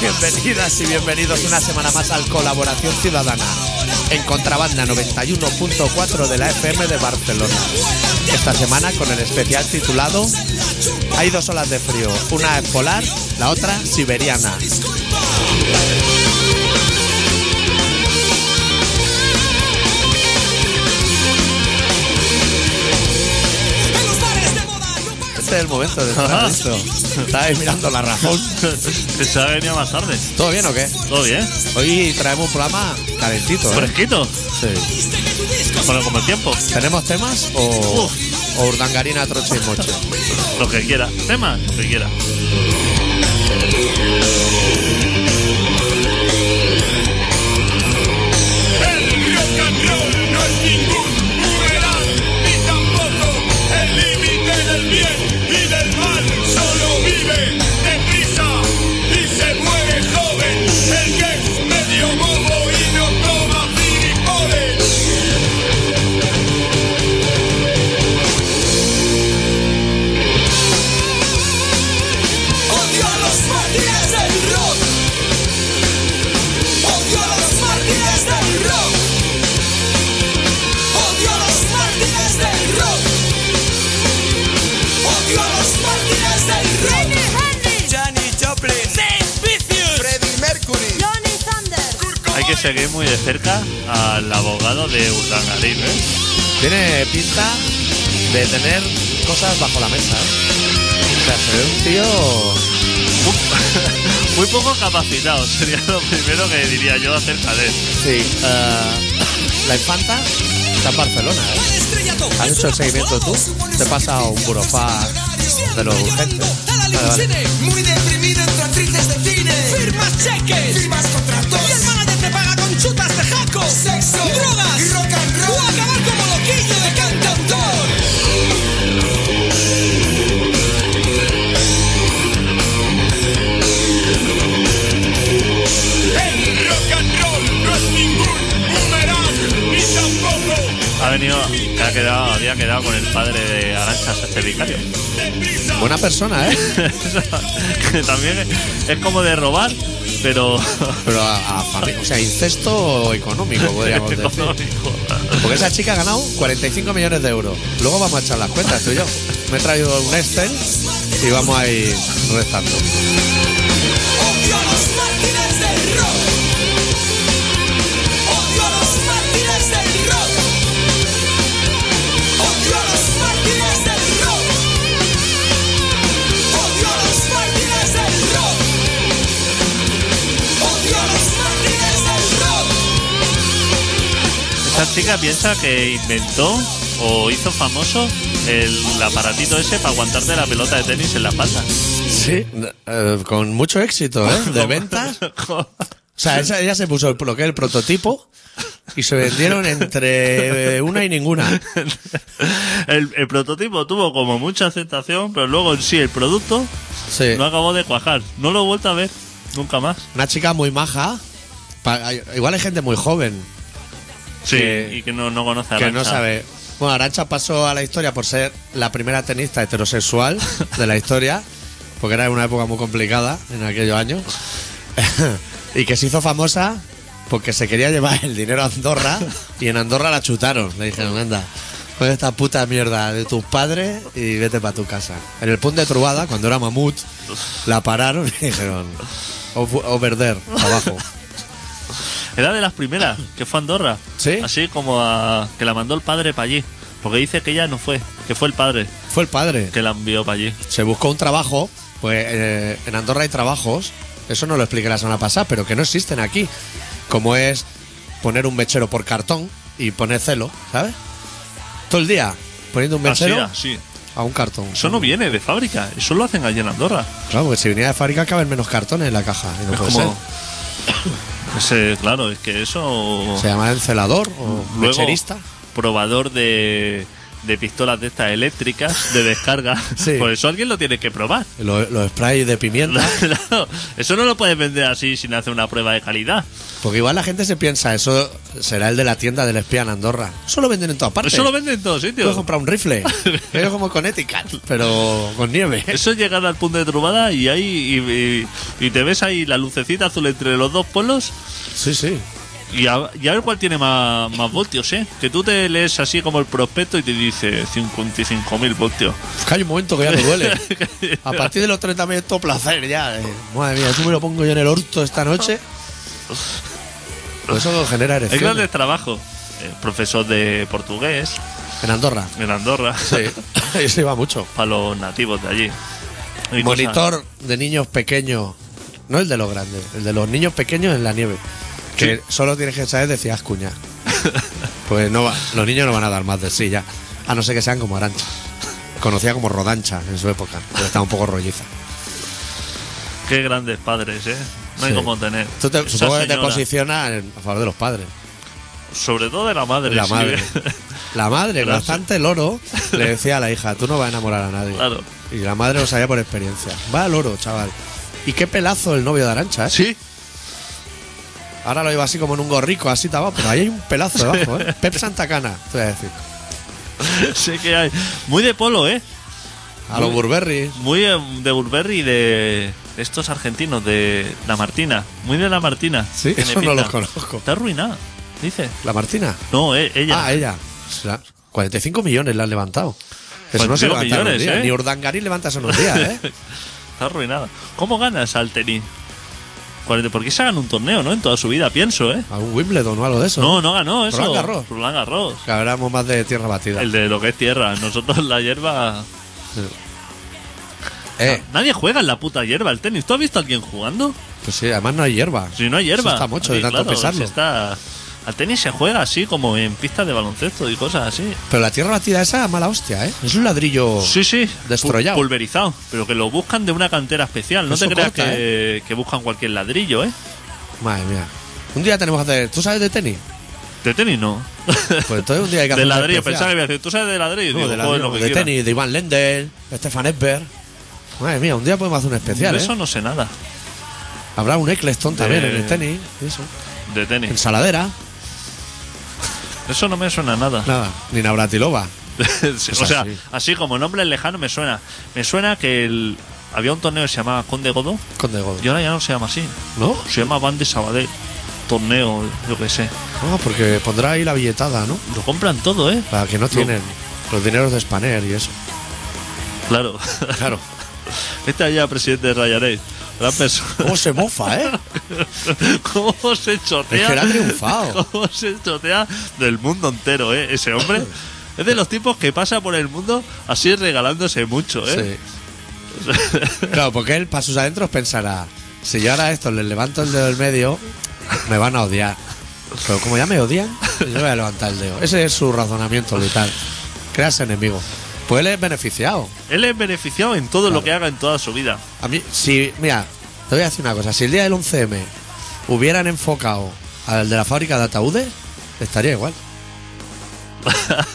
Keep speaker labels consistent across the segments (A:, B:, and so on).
A: Bienvenidas y bienvenidos una semana más al Colaboración Ciudadana en Contrabanda 91.4 de la FM de Barcelona. Esta semana con el especial titulado Hay dos olas de frío, una es polar, la otra siberiana.
B: En los bares de moda hay un par-
A: Este es el momento de estar listo. Estabais mirando la razón.
C: Que se ha venido más tarde.
A: ¿Todo bien o qué?
C: Todo bien.
A: Hoy traemos un programa calentito. ¿eh?
C: Fresquito.
A: Sí.
B: Viste que tu disco
C: Bueno, como el tiempo.
A: ¿Tenemos temas o, o urdangarina, trocha y mocho?
C: Lo que quiera. Tema, lo que quiera.
D: El rock and roll no es ningún boomerang ni tampoco el límite del bien y del mal. Solo vive deprisa y se muere joven. El que es medio bobo y no toma filipones.
B: Odio a los mártires del rock. Odio a los mártires del rock. Odio a los mártires del rock. Odio a los mártires del rock.
E: Johnny Joplin, Freddie Mercury,
F: Johnny Sanders.
C: Hay que seguir muy de cerca al abogado de Urdangarín, ¿eh?
A: Tiene pinta de tener cosas bajo la mesa. ¿eh? O sea, se ve un tío.
C: Muy poco capacitado. Sería lo primero que diría yo acerca de él.
A: Sí. Eh, la infanta está en Barcelona. ¿eh?
B: Al estrellato.
A: ¿Has hecho el seguimiento tú? Te he pasado un burofax de lo urgente. Vale, vale.
E: muy deprimido entre actrices de cine,
B: Firmas cheques.
E: firmas contratos,
B: Y el manager te paga con chutas de jaco.
E: sexo,
B: Drogas.
E: y rock and
B: O
E: roll.
B: acabar como loquillo de cantautor.
D: El rock and roll no es ningún boomerang ni tampoco
C: Ha venido, que ha quedado, había quedado con el padre de Aranchas, este vicario.
D: deprisa.
A: Buena persona, ¿eh?
C: Que También es como de robar, pero.
A: Pero a, a parri- o sea, incesto económico, podríamos decir.
C: económico.
A: Porque esa chica ha ganado 45 millones de euros. Luego vamos a echar las cuentas, tú y yo. Me he traído un Excel y vamos a ir restando.
B: Odio a los mártires del rock. Odio a los mártires del rock. Odio a los mártires del rock. Odio a los mártires del rock. Odio a los mártires del rock.
C: Esta chica piensa que inventó o hizo famoso el aparatito ese para aguantarte la pelota de tenis en la espalda.
A: Sí, eh, con mucho éxito, ¿eh? De ventas. O sea, esa, ella se puso el, lo que es el prototipo y se vendieron entre eh, una y ninguna.
C: El, el prototipo tuvo como mucha aceptación, pero luego en sí el producto
A: Sí.
C: no acabó de cuajar. No lo he vuelto a ver nunca más.
A: Una chica muy maja. Pa- hay- igual hay gente muy joven
C: Sí.
A: Que-
C: y que no, no conoce a
A: que no
C: Arancha.
A: sabe. Bueno, Arancha pasó a la historia por ser la primera tenista heterosexual de la historia, porque era una época muy complicada en aquellos años. y que se hizo famosa porque se quería llevar el dinero a Andorra y en Andorra la chutaron. Le dijeron, anda, con esta puta mierda de tus padres y vete para tu casa. En el Punt de Trubada, cuando era mamut, la pararon y dijeron, o, fu- o perder, abajo.
C: Era de las primeras, que fue a Andorra.
A: ¿Sí?
C: Así como a, que la mandó el padre para allí. Porque dice que ella no fue, que fue el padre
A: Fue el padre.
C: que la envió para allí.
A: se buscó un trabajo, pues eh, en Andorra hay trabajos, eso no lo expliqué la semana pasada, pero que no existen aquí, como es poner un mechero por cartón y poner celo, ¿sabes? Todo el día poniendo un
C: Así,
A: mechero
C: así.
A: a un cartón.
C: Eso no viene de fábrica, eso lo hacen allí en Andorra.
A: Claro, porque si venía de fábrica caben menos cartones en la caja, y no
C: Es
A: puede
C: como.
A: ser.
C: Ese, claro, es que eso.
A: Se llama encelador o
C: luego,
A: mecherista.
C: probador de, de pistolas de estas eléctricas de descarga.
A: Sí.
C: Por eso alguien lo tiene que probar.
A: Los, los sprays de pimienta.
C: Claro, eso no lo puedes vender así sin hacer una prueba de calidad.
A: Porque igual la gente se piensa, eso será el de la tienda del espía en Andorra. Eso lo venden en todas partes.
C: Eso lo venden en todos
A: Puedes
C: sitios.
A: comprar un rifle. es como Connecticut, pero con nieve.
C: Eso es llegar al punto de Trubada y ahí y, y- y te ves ahí la lucecita azul entre los dos polos
A: Sí, sí.
C: y a, y a ver cuál tiene más, más voltios, ¿eh? Que tú te lees así como el prospecto y te dice 55.000 voltios.
A: Hay un momento que ya me duele. A partir de los 30 me es todo placer ya. eh. Madre mía, tú me lo pongo yo en el orto esta noche. Pues eso genera
C: Hay
A: erecciones.
C: grandes trabajos. Eh, profesor de portugués
A: En Andorra.
C: en Andorra
A: Sí. Eso iba mucho.
C: para los nativos de allí. Y cosas-
A: Monitor de niños pequeños. No el de los grandes, el de los niños pequeños en la nieve. Que solo tienes que saber decir "Ah, cuña. Pues no va, los niños no van a dar más de sí ya. A no ser que sean como Arancha. Conocida como Rodancha en su época, pero estaba un poco rolliza.
C: Qué grandes padres, ¿eh? No hay
A: Sí.
C: como tener.
A: Tú te-
C: Esa
A: supongo que te
C: señora,
A: posicionas en- a favor de los padres.
C: Sobre todo de la madre.
A: La
C: sí.
A: madre. La madre,
C: Gracias.
A: bastante loro, le decía a la hija, tú no vas a enamorar a nadie.
C: Claro.
A: Y la madre lo sabía por experiencia. Va al oro, chaval. Y qué pelazo el novio de Arancha, ¿eh?
C: sí.
A: Ahora lo lleva así como en un gorrico, así está abajo, pero ahí hay un pelazo debajo, ¿eh? Pep Santa Cana, te voy a decir.
C: Sí que hay. Muy de polo, ¿eh?
A: A los Burberry.
C: Muy eh, de Burberry y de estos argentinos, de La Martina. Muy de La Martina.
A: Sí,
C: Tiene
A: eso no
C: pinta.
A: los conozco.
C: Está arruinada, dice.
A: La Martina.
C: No, e- ella.
A: Ah, ella. Será- 45 millones le han levantado. Eso no se
C: 45
A: levanta en un
C: millones,
A: día.
C: ¿eh?
A: Ni Urdangarín levanta eso en un día, ¿eh?
C: Está arruinada. ¿Cómo ganas al tenis? Cuarenta- Porque se hagan un torneo, ¿no? En toda su vida, pienso, ¿eh?
A: A un Wimbledon o algo de eso.
C: No, no ganó eso.
A: Roland Garros.
C: Roland Garros.
A: Que hablamos más de tierra batida.
C: El de lo que es tierra. Nosotros la hierba.
A: Eh,
C: Nadie juega en la puta hierba el tenis. ¿Tú has visto a alguien jugando?
A: pues sí, además no hay hierba.
C: Si no hay hierba.
A: Eso está mucho de
C: Aquí,
A: tanto
C: claro,
A: pesarlo.
C: si está- Al tenis se juega así, como en pistas de baloncesto y cosas así.
A: Pero la tierra batida esa, mala hostia, ¿eh? Es un ladrillo.
C: Sí, sí.
A: Destrollado.
C: Pu- Pulverizado. Pero que lo buscan de una cantera especial. No
A: Eso ¿eh?
C: te creas
A: corta,
C: que, que buscan cualquier ladrillo, ¿eh?
A: Madre mía. Un día tenemos que hacer. ¿Tú sabes de tenis?
C: De tenis no.
A: Pues entonces un día hay que hacer.
C: de
A: un
C: ladrillo.
A: especial.
C: Pensaba que iba a decir, ¿tú sabes de ladrillo?
A: No,
C: Digo,
A: de,
C: joder,
A: ladrillo,
C: lo que
A: de
C: quiera.
A: tenis, de Iván Lendl, de Stefan Edberg. Madre mía, un día podemos hacer un especial,
C: De
A: ¿eh?
C: eso no sé nada.
A: Habrá un Eccleston también en el tenis. y Eso.
C: De tenis.
A: Ensaladera.
C: Eso no me suena a nada.
A: Nada. Ni Navratilova.
C: Sí, o
A: Es
C: sea,
A: así.
C: así como nombre lejano me suena. Me suena que el- había un torneo que se llamaba Conde Godó
A: Con de Godó.
C: y ahora ya no se llama así.
A: ¿No?
C: Se llama Van de Sabadell. Torneo, yo qué sé.
A: No, Ah, porque pondrá ahí la billetada, ¿no?
C: Lo compran todo, ¿eh?
A: La que no tienen. Los dineros de Spaner y eso.
C: Claro.
A: Claro.
C: Este allá, presidente de Rayanet. Gran persona.
A: ¿Cómo se mofa, eh?
C: ¿Cómo se chotea?
A: Es que le ha triunfado.
C: ¿Cómo se chotea del mundo entero, eh? Ese hombre. Es de los tipos que pasa por el mundo así regalándose mucho, ¿eh?
A: Sí. Claro, porque él para sus adentros pensará, si yo ahora a estos les levanto el dedo del medio, me van a odiar. Pero como ya me odian, yo voy a levantar el dedo. Ese es su razonamiento vital. Creas enemigo. Pues él es beneficiado.
C: Él es beneficiado en todo lo que haga en toda su vida.
A: A mí, si, mira, te voy a decir una cosa. Si el día del 11M hubieran enfocado al de la fábrica de ataúdes, estaría igual.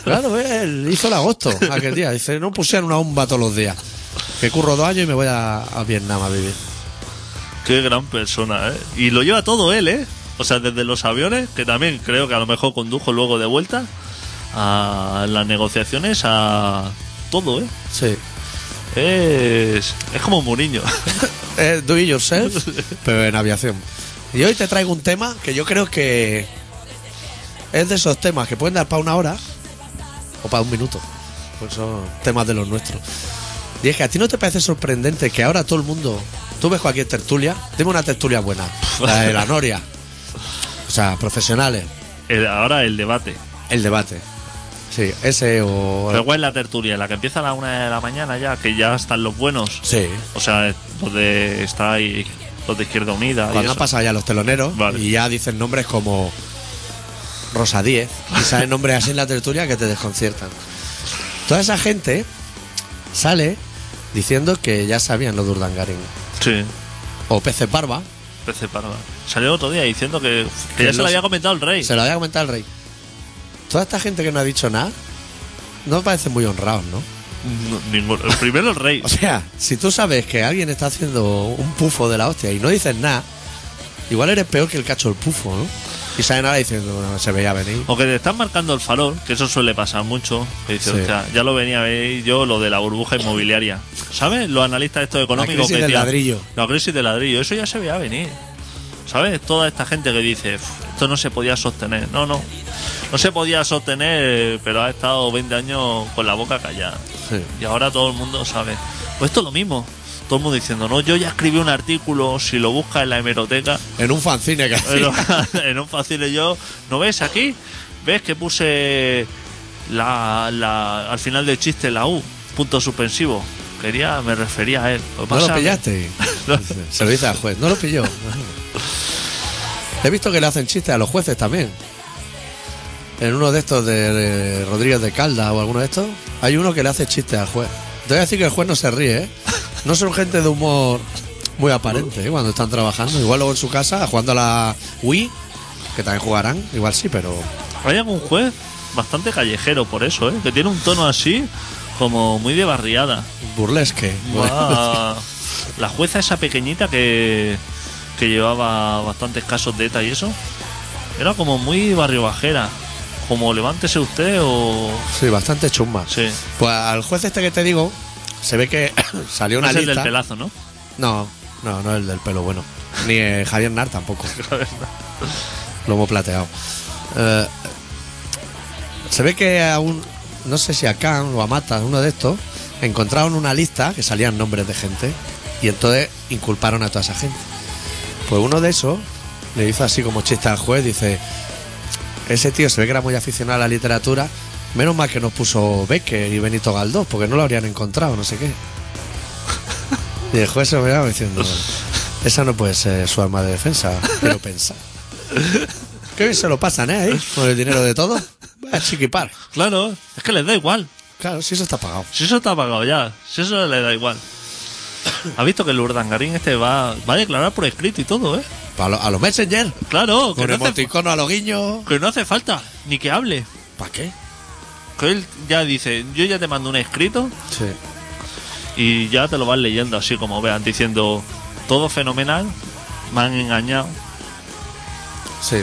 A: Claro, él hizo el agosto aquel día. Dice, no pusieron una bomba todos los días. Que curro dos años y me voy a, a Vietnam a vivir.
C: Qué gran persona, ¿eh? Y lo lleva todo él, ¿eh? O sea, desde los aviones, que también creo que a lo mejor condujo luego de vuelta, a las negociaciones, a todo, ¿eh?
A: Sí.
C: Es, es como Muriño.
A: Eh, do it yourself, pero en aviación. Y hoy te traigo un tema que yo creo que es de esos temas que pueden dar para una hora o para un minuto. Pues son temas de los nuestros. Y es que a ti no te parece sorprendente que ahora todo el mundo. Tú ves cualquier tertulia, dime una tertulia buena. La de la Noria. O sea, profesionales.
C: El- ahora el debate.
A: El debate. Sí, ese o.
C: Pero ¿cuál es la tertulia? La que empieza a la una de la mañana ya, que ya están los buenos.
A: Sí.
C: O sea, donde está ahí, los de Izquierda Unida. y
A: Cuando han
C: eso.
A: pasado ya los teloneros
C: Vale.
A: y ya dicen nombres como Rosa 10 y salen nombres así en la tertulia que te desconciertan. Toda esa gente sale diciendo que ya sabían lo de Urdangarín.
C: Sí.
A: O Pece Parva,
C: PC Parva. Salió otro día diciendo que, que
A: Que
C: ya se
A: no
C: lo había
A: se-
C: comentado el rey.
A: se lo había comentado el rey. Toda esta gente que no ha dicho nada no parecen muy honrados, ¿no?
C: No, ninguno. El primero el rey.
A: O sea, si tú sabes que alguien está haciendo un pufo de la hostia y no dices nada, igual eres peor que el cacho del pufo, ¿no? Y salen ahora diciendo, no, se veía venir.
C: O que te están marcando el farol, que eso suele pasar mucho. Que dices,
A: Sí.
C: "Hostia, ya lo venía a ver yo, lo de la burbuja inmobiliaria. ¿Sabes? Los analistas estos económicos
A: crisis
C: que
A: del
C: decían,
A: ladrillo.
C: La crisis del ladrillo, eso ya se veía venir. ¿Sabes? Toda esta gente que dice, "Uf, esto no se podía sostener. No, no. No se podía sostener, pero ha estado 20 años con la boca callada.
A: Sí.
C: Y ahora todo el mundo sabe. Pues esto es lo mismo. Todo el mundo diciendo, no, yo ya escribí un artículo, si lo buscas en la hemeroteca,
A: En un fanzine que
C: en
A: hacía.
C: un- en un fácil yo, ¿no ves aquí? ¿Ves que puse la, la- al final del chiste la U, punto suspensivo? Quería, me refería a él. que
A: ¿No
C: pasa
A: lo
C: que-
A: pillaste?
C: No.
A: Dice, Se lo dice al juez. No lo pilló. He visto que le hacen chistes a los jueces también. En uno de estos de, de Rodríguez de Caldas o alguno de estos, hay uno que le hace chistes al juez. Te voy a decir que el juez no se ríe, ¿eh? No son gente de humor muy aparente ¿eh? cuando están trabajando. Igual luego en su casa, jugando a la Wii, que también jugarán, igual sí, pero
C: Hay algún juez bastante callejero por eso, ¿eh? Que tiene un tono así como muy de barriada.
A: burlesque.
C: Ah, la jueza esa pequeñita que, que llevaba bastantes casos de ETA y eso, era como muy barrio bajera. Como levántese usted o...
A: Sí, bastante chumba.
C: Sí.
A: Pues al juez este que te digo, se ve que salió una
C: es el
A: lista.
C: del pelazo, ¿no?
A: No, no, no el del pelo bueno. Ni eh, Javier Nar tampoco. Lomo plateado. Eh, se ve que a un. No sé si a Khan o a Mata, uno de estos, encontraron una lista que salían nombres de gente y entonces inculparon a toda esa gente. Pues uno de esos le hizo así como chiste al juez, dice, ese tío se ve que era muy aficionado a la literatura, menos mal que nos puso Becker y Benito Galdós, porque no lo habrían encontrado, no sé qué. Y el juez se miraba diciendo, esa no puede ser su arma de defensa, pero pensar. Qué bien se lo pasan, ¿eh? ahí, Con el dinero de todo. Vaya chiquipar.
C: Claro, es que les da igual.
A: Claro, si eso está pagado.
C: Si eso está pagado ya, si eso le da igual. Ha visto que el Urdangarín este va, va a declarar por escrito y todo, ¿eh?
A: Pa lo- a los Messenger,
C: Claro, que
A: con
C: no, hace,
A: emoticono a los guiños.
C: que no hace falta ni que hable.
A: ¿Para qué?
C: Que él ya dice, yo ya te mando un escrito
A: Sí.
C: y ya te lo vas leyendo así como vean, diciendo, todo fenomenal, me han engañado,
A: Sí.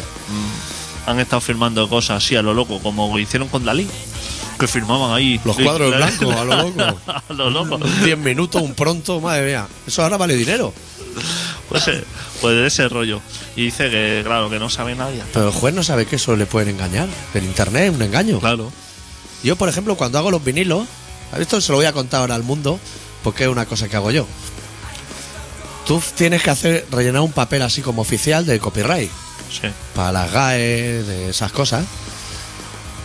C: han estado firmando cosas así a lo loco, como hicieron con Dalí, que firmaban ahí.
A: Los cuadros en blanco, a lo loco.
C: a lo loco.
A: 10 minutos, un pronto, madre mía. Eso ahora vale dinero.
C: Pues, eh, pues de ese rollo. Y dice que, claro, que no sabe nadie.
A: Pero el juez no sabe que eso le pueden engañar. El internet es un engaño.
C: Claro.
A: Yo, por ejemplo, cuando hago los vinilos, esto se lo voy a contar ahora al mundo, porque es una cosa que hago yo. Tú tienes que hacer rellenar un papel así como oficial de copyright.
C: Sí,
A: para las GAE, de esas cosas,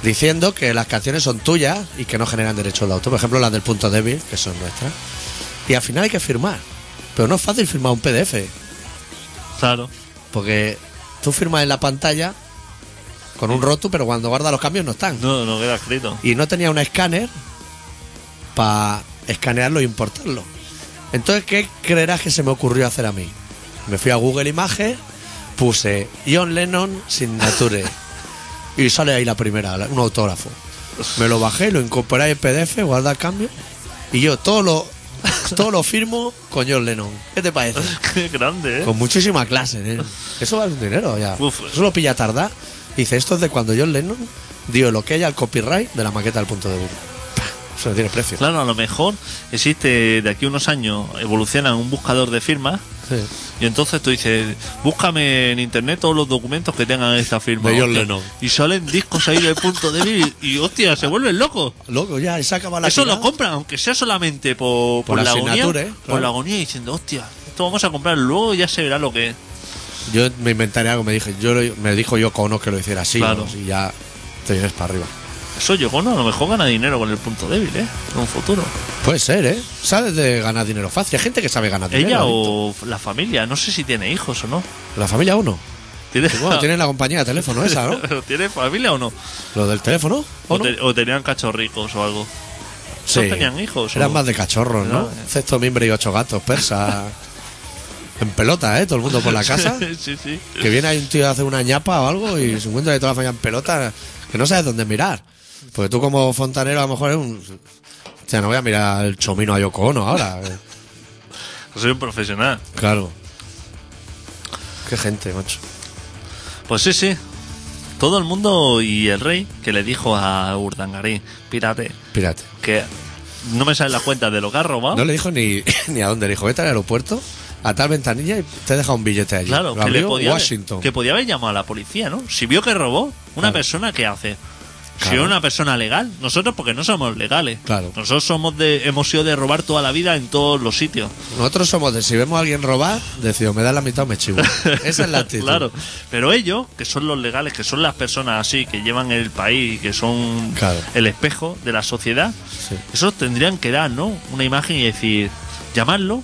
A: diciendo que las canciones son tuyas y que no generan derechos de autor. Por ejemplo, las del punto débil, que son nuestras. Y al final hay que firmar. Pero no es fácil firmar un PDF,
C: claro.
A: porque tú firmas en la pantalla con un roto, pero cuando guardas los cambios no están.
C: No, no queda escrito.
A: Y no tenía un escáner para escanearlo e importarlo. Entonces, ¿qué creerás que se me ocurrió hacer a mí? Me fui a Google Images, puse John Lennon Signature. y sale ahí la primera, la- un autógrafo. Me lo bajé, lo incorporé E en PDF, guarda el cambio. Y yo todo lo, todo lo firmo con John Lennon. ¿Qué te parece?
C: Qué grande, ¿eh?
A: Con muchísima clase, ¿eh? Eso vale un dinero ya.
C: Uf.
A: Eso lo pilla tardar. Dice, esto es de cuando John Lennon dio lo que hay al copyright de la maqueta del punto de vista. Eso no tiene precio.
C: Claro, a lo mejor existe de aquí a unos años, evoluciona un buscador de firmas
A: Sí.
C: y entonces tú dices, búscame en internet todos los documentos que tengan esta firma.
A: De John
C: Hostia.
A: Lennon.
C: Y salen discos ahí de punto débil y, y, hostia, se vuelven locos.
A: Loco, ya, y se acaba la
C: Eso lo
A: tirada.
C: compran, aunque sea solamente por,
A: Por
C: por la agonía.
A: asignatura, ¿eh?
C: Por
A: Claro.
C: la agonía diciendo, hostia, esto vamos a comprar luego ya se verá lo que es.
A: Yo me inventaré algo, me dije, yo lo- me dijo yo Cono que lo hiciera así.
C: Claro.
A: ¿no? Y ya te vienes para arriba.
C: Eso Yocono a lo mejor gana dinero con el punto débil, ¿eh? En un futuro.
A: Puede ser, ¿eh? Sabes de ganar dinero fácil. Hay gente que sabe ganar dinero.
C: Ella
A: adicto.
C: o la familia, no sé si tiene hijos o no.
A: La familia uno.
C: ¿Tiene,
A: Bueno, tienen la compañía de teléfono esa, ¿no?
C: ¿Tiene familia o no?
A: Lo del teléfono.
C: O,
A: ¿o no?
C: te- o tenían cachorricos o algo.
A: Sí.
C: No tenían hijos.
A: Eran
C: o-
A: más de cachorros, ¿no?
C: Claro, eh.
A: Cesto, mimbre y ocho gatos, persa. en pelota, ¿eh? Todo el mundo por la casa.
C: sí, sí.
A: Que viene ahí un tío a hacer una ñapa o algo y se encuentra de toda la familia en pelota, que no sabes dónde mirar. Porque tú como fontanero a lo mejor es un... O sea, no voy a mirar el chomino a Yoko Ono ahora. eh.
C: Soy un profesional.
A: claro. Qué gente, macho.
C: Pues sí, sí. Todo el mundo y el rey que le dijo a Urdangarín, pírate,
A: Pirate.
C: que no me salen las cuentas de lo que has robado.
A: No le dijo ni, ni a dónde, le dijo, vete al aeropuerto, a tal ventanilla y te deja un billete allí. Lo
C: Claro, que le
A: abrió
C: podía,
A: Washington.
C: que podía haber llamado a la policía, ¿no? Si vio que robó, una
A: Claro.
C: persona, ¿qué hace? Si
A: Claro.
C: era una persona legal, nosotros porque no somos legales.
A: Claro.
C: Nosotros somos de, hemos sido de robar toda la vida en todos los sitios.
A: Nosotros somos de si vemos a alguien robar, decimos, me da la mitad o me chivo. Esa es la actitud.
C: Claro. Pero ellos, que son los legales, que son las personas así, que llevan el país y que son
A: Claro.
C: el espejo de la sociedad,
A: Sí.
C: esos tendrían que dar, ¿no? Una imagen y decir, llamarlo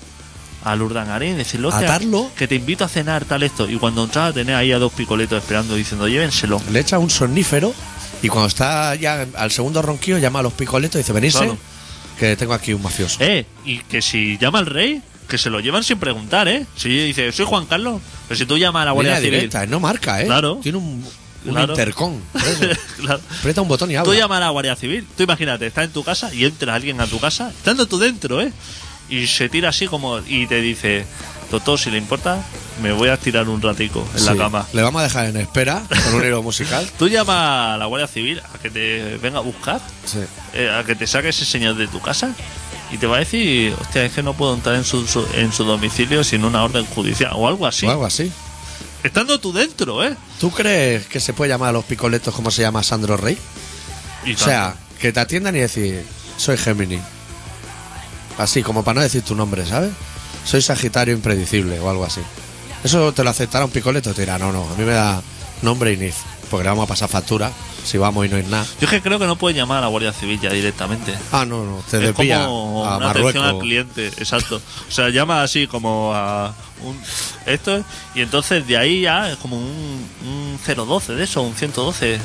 C: al Urdangarín, decirle, "Hostia,
A: Atarlo".
C: que te invito a cenar tal esto. Y cuando entraba tenés ahí a dos picoletos esperando, diciendo, llévenselo.
A: Le echa un somnífero y cuando está ya al segundo ronquido llama a los picoletos y dice, venirse,
C: Claro.
A: que tengo aquí un mafioso.
C: Eh, y que si llama al rey, que se lo llevan sin preguntar, ¿eh? Si dice, soy Juan Carlos, pero si tú llamas a la Guardia
A: Línea
C: Civil.
A: directa, no marca, ¿eh?
C: Claro.
A: Tiene un, un
C: Claro.
A: intercom. preso.
C: Claro.
A: Aprieta un botón y
C: Tú
A: habla.
C: llamas a la Guardia Civil. Tú imagínate, estás en tu casa y entra alguien a tu casa, estando tú dentro, ¿eh? Y se tira así como. Y te dice, doctor, si le importa, me voy a tirar un ratico en la
A: Sí.
C: cama.
A: Le vamos a dejar en espera con un hilo musical.
C: Tú llamas a la Guardia Civil a que te venga a buscar,
A: Sí.
C: eh, a que te saque ese señor de tu casa. Y te va a decir, hostia, es que no puedo entrar en su, su- en su domicilio sin una orden judicial o algo así.
A: O algo así.
C: Estando tú dentro, ¿eh?
A: ¿Tú crees que se puede llamar a los picoletos como se llama Sandro Rey?
C: Y
A: O sea, que te atiendan y decir, soy Gemini. Así, como para no decir tu nombre, ¿sabes? Soy Sagitario impredecible o algo así. Eso te lo aceptará un picoleto, te dirá, no, no, a mí me da nombre y NIF, porque le vamos a pasar factura si vamos y no es nada.
C: Yo es que creo que no puedes llamar a la Guardia Civil ya directamente.
A: Ah, no, no, te
C: es
A: desvía
C: como
A: a
C: una atención al
A: Marruecos.
C: cliente, exacto. O sea, llama así como a un esto y entonces de ahí ya es como un, un 012 de eso, un 112.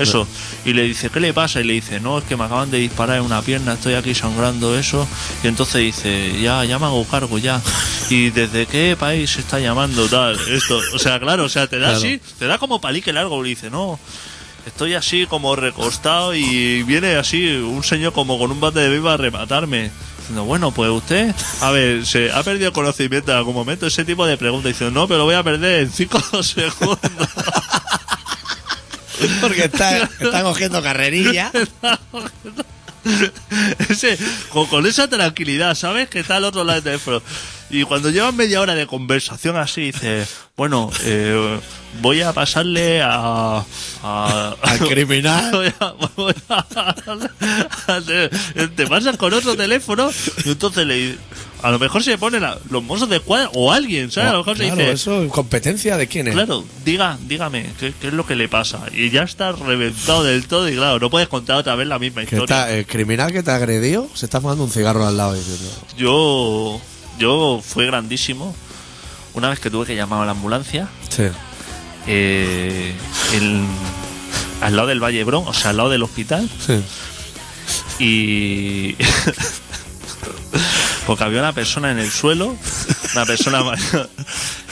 C: Eso. Y le dice, ¿qué le pasa? Y le dice, no, es que me acaban de disparar en una pierna, estoy aquí sangrando eso. Y entonces dice, ya, ya me hago cargo ya. ¿Y desde qué país se está llamando tal? Esto. O sea, claro, o sea, te da
A: Claro.
C: así, te da como palique largo. Y dice, no, Estoy así como recostado y viene así un señor como con un bate de viva a rematarme. Diciendo, bueno, pues usted, a ver, se ha perdido conocimiento en algún momento ese tipo de preguntas. Diciendo, no, pero lo voy a perder en 5 segundos.
A: Porque está- están cogiendo carrerilla.
C: Ese- con, con esa tranquilidad, ¿sabes? Que está al otro lado del teléfono. Y cuando llevan media hora de conversación así, dice, bueno, eh, voy a pasarle a... a-
A: Al criminal.
C: Voy a- voy a- te, te pasas con otro teléfono y entonces le... A lo mejor se ponen a- los mozos de cuadra o alguien, ¿sabes? A lo mejor
A: Oh, claro,
C: se dice...
A: eso competencia de quién es.
C: Claro, diga, dígame, ¿qué, qué es lo que le pasa? Y ya está reventado del todo y claro, no puedes contar otra vez la misma
A: Que
C: historia.
A: está, el criminal que te agredió se está fumando un cigarro al lado diciendo,
C: Yo, yo fue grandísimo. Una vez que tuve que llamar a la ambulancia,
A: sí,
C: eh, en- al lado del Valle Brón, o sea, al lado del hospital,
A: sí.
C: y. Porque había una persona en el suelo, una persona mayor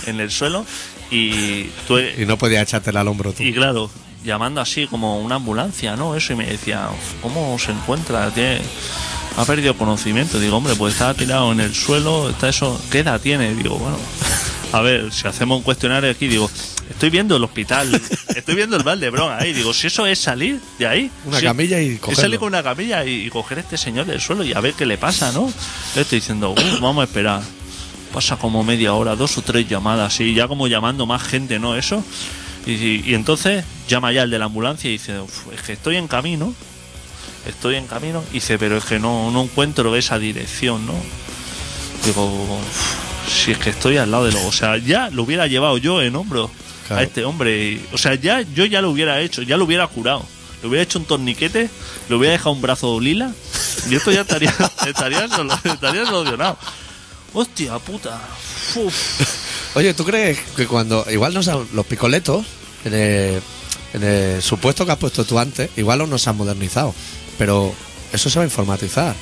C: en el suelo, y tuve,
A: Y no podía echártela al hombro tú.
C: y claro, llamando así como una ambulancia, ¿no? Eso, y me decía, ¿cómo se encuentra? ¿Tiene- Ha perdido conocimiento. Digo, hombre, pues está tirado en el suelo, está eso. ¿Qué edad tiene? Digo, bueno, a ver, si hacemos un cuestionario aquí, digo, estoy viendo el hospital, estoy viendo el Valdebrón ahí. Digo, si eso es salir de ahí.
A: Una
C: sí,
A: camilla y
C: es salir
A: cogerlo.
C: con una camilla y, y coger a este señor del suelo y a ver qué le pasa, ¿no? Le estoy diciendo, "Uh, vamos a esperar. Pasa como media hora, dos o tres llamadas, y ya como llamando más gente, ¿no? Eso. Y, y- y entonces llama ya el de la ambulancia y dice, "Uf, es que estoy en camino, estoy en camino. Y dice, pero es que no, no encuentro esa dirección, ¿no? Digo, "Uf, si es que estoy al lado de lo... O sea, ya lo hubiera llevado yo en hombro
A: Claro.
C: a este hombre. y- o sea, ya yo ya lo hubiera hecho, ya lo hubiera curado. Le hubiera hecho un torniquete, le hubiera dejado un brazo lila y esto ya estaría, estaría, solo- estaría solucionado. Hostia puta. Uf.
A: Oye, ¿tú crees que cuando. Igual nos han- los picoletos, en el, en el supuesto que has puesto tú antes, igual no nos han modernizado. Pero eso se va a informatizar.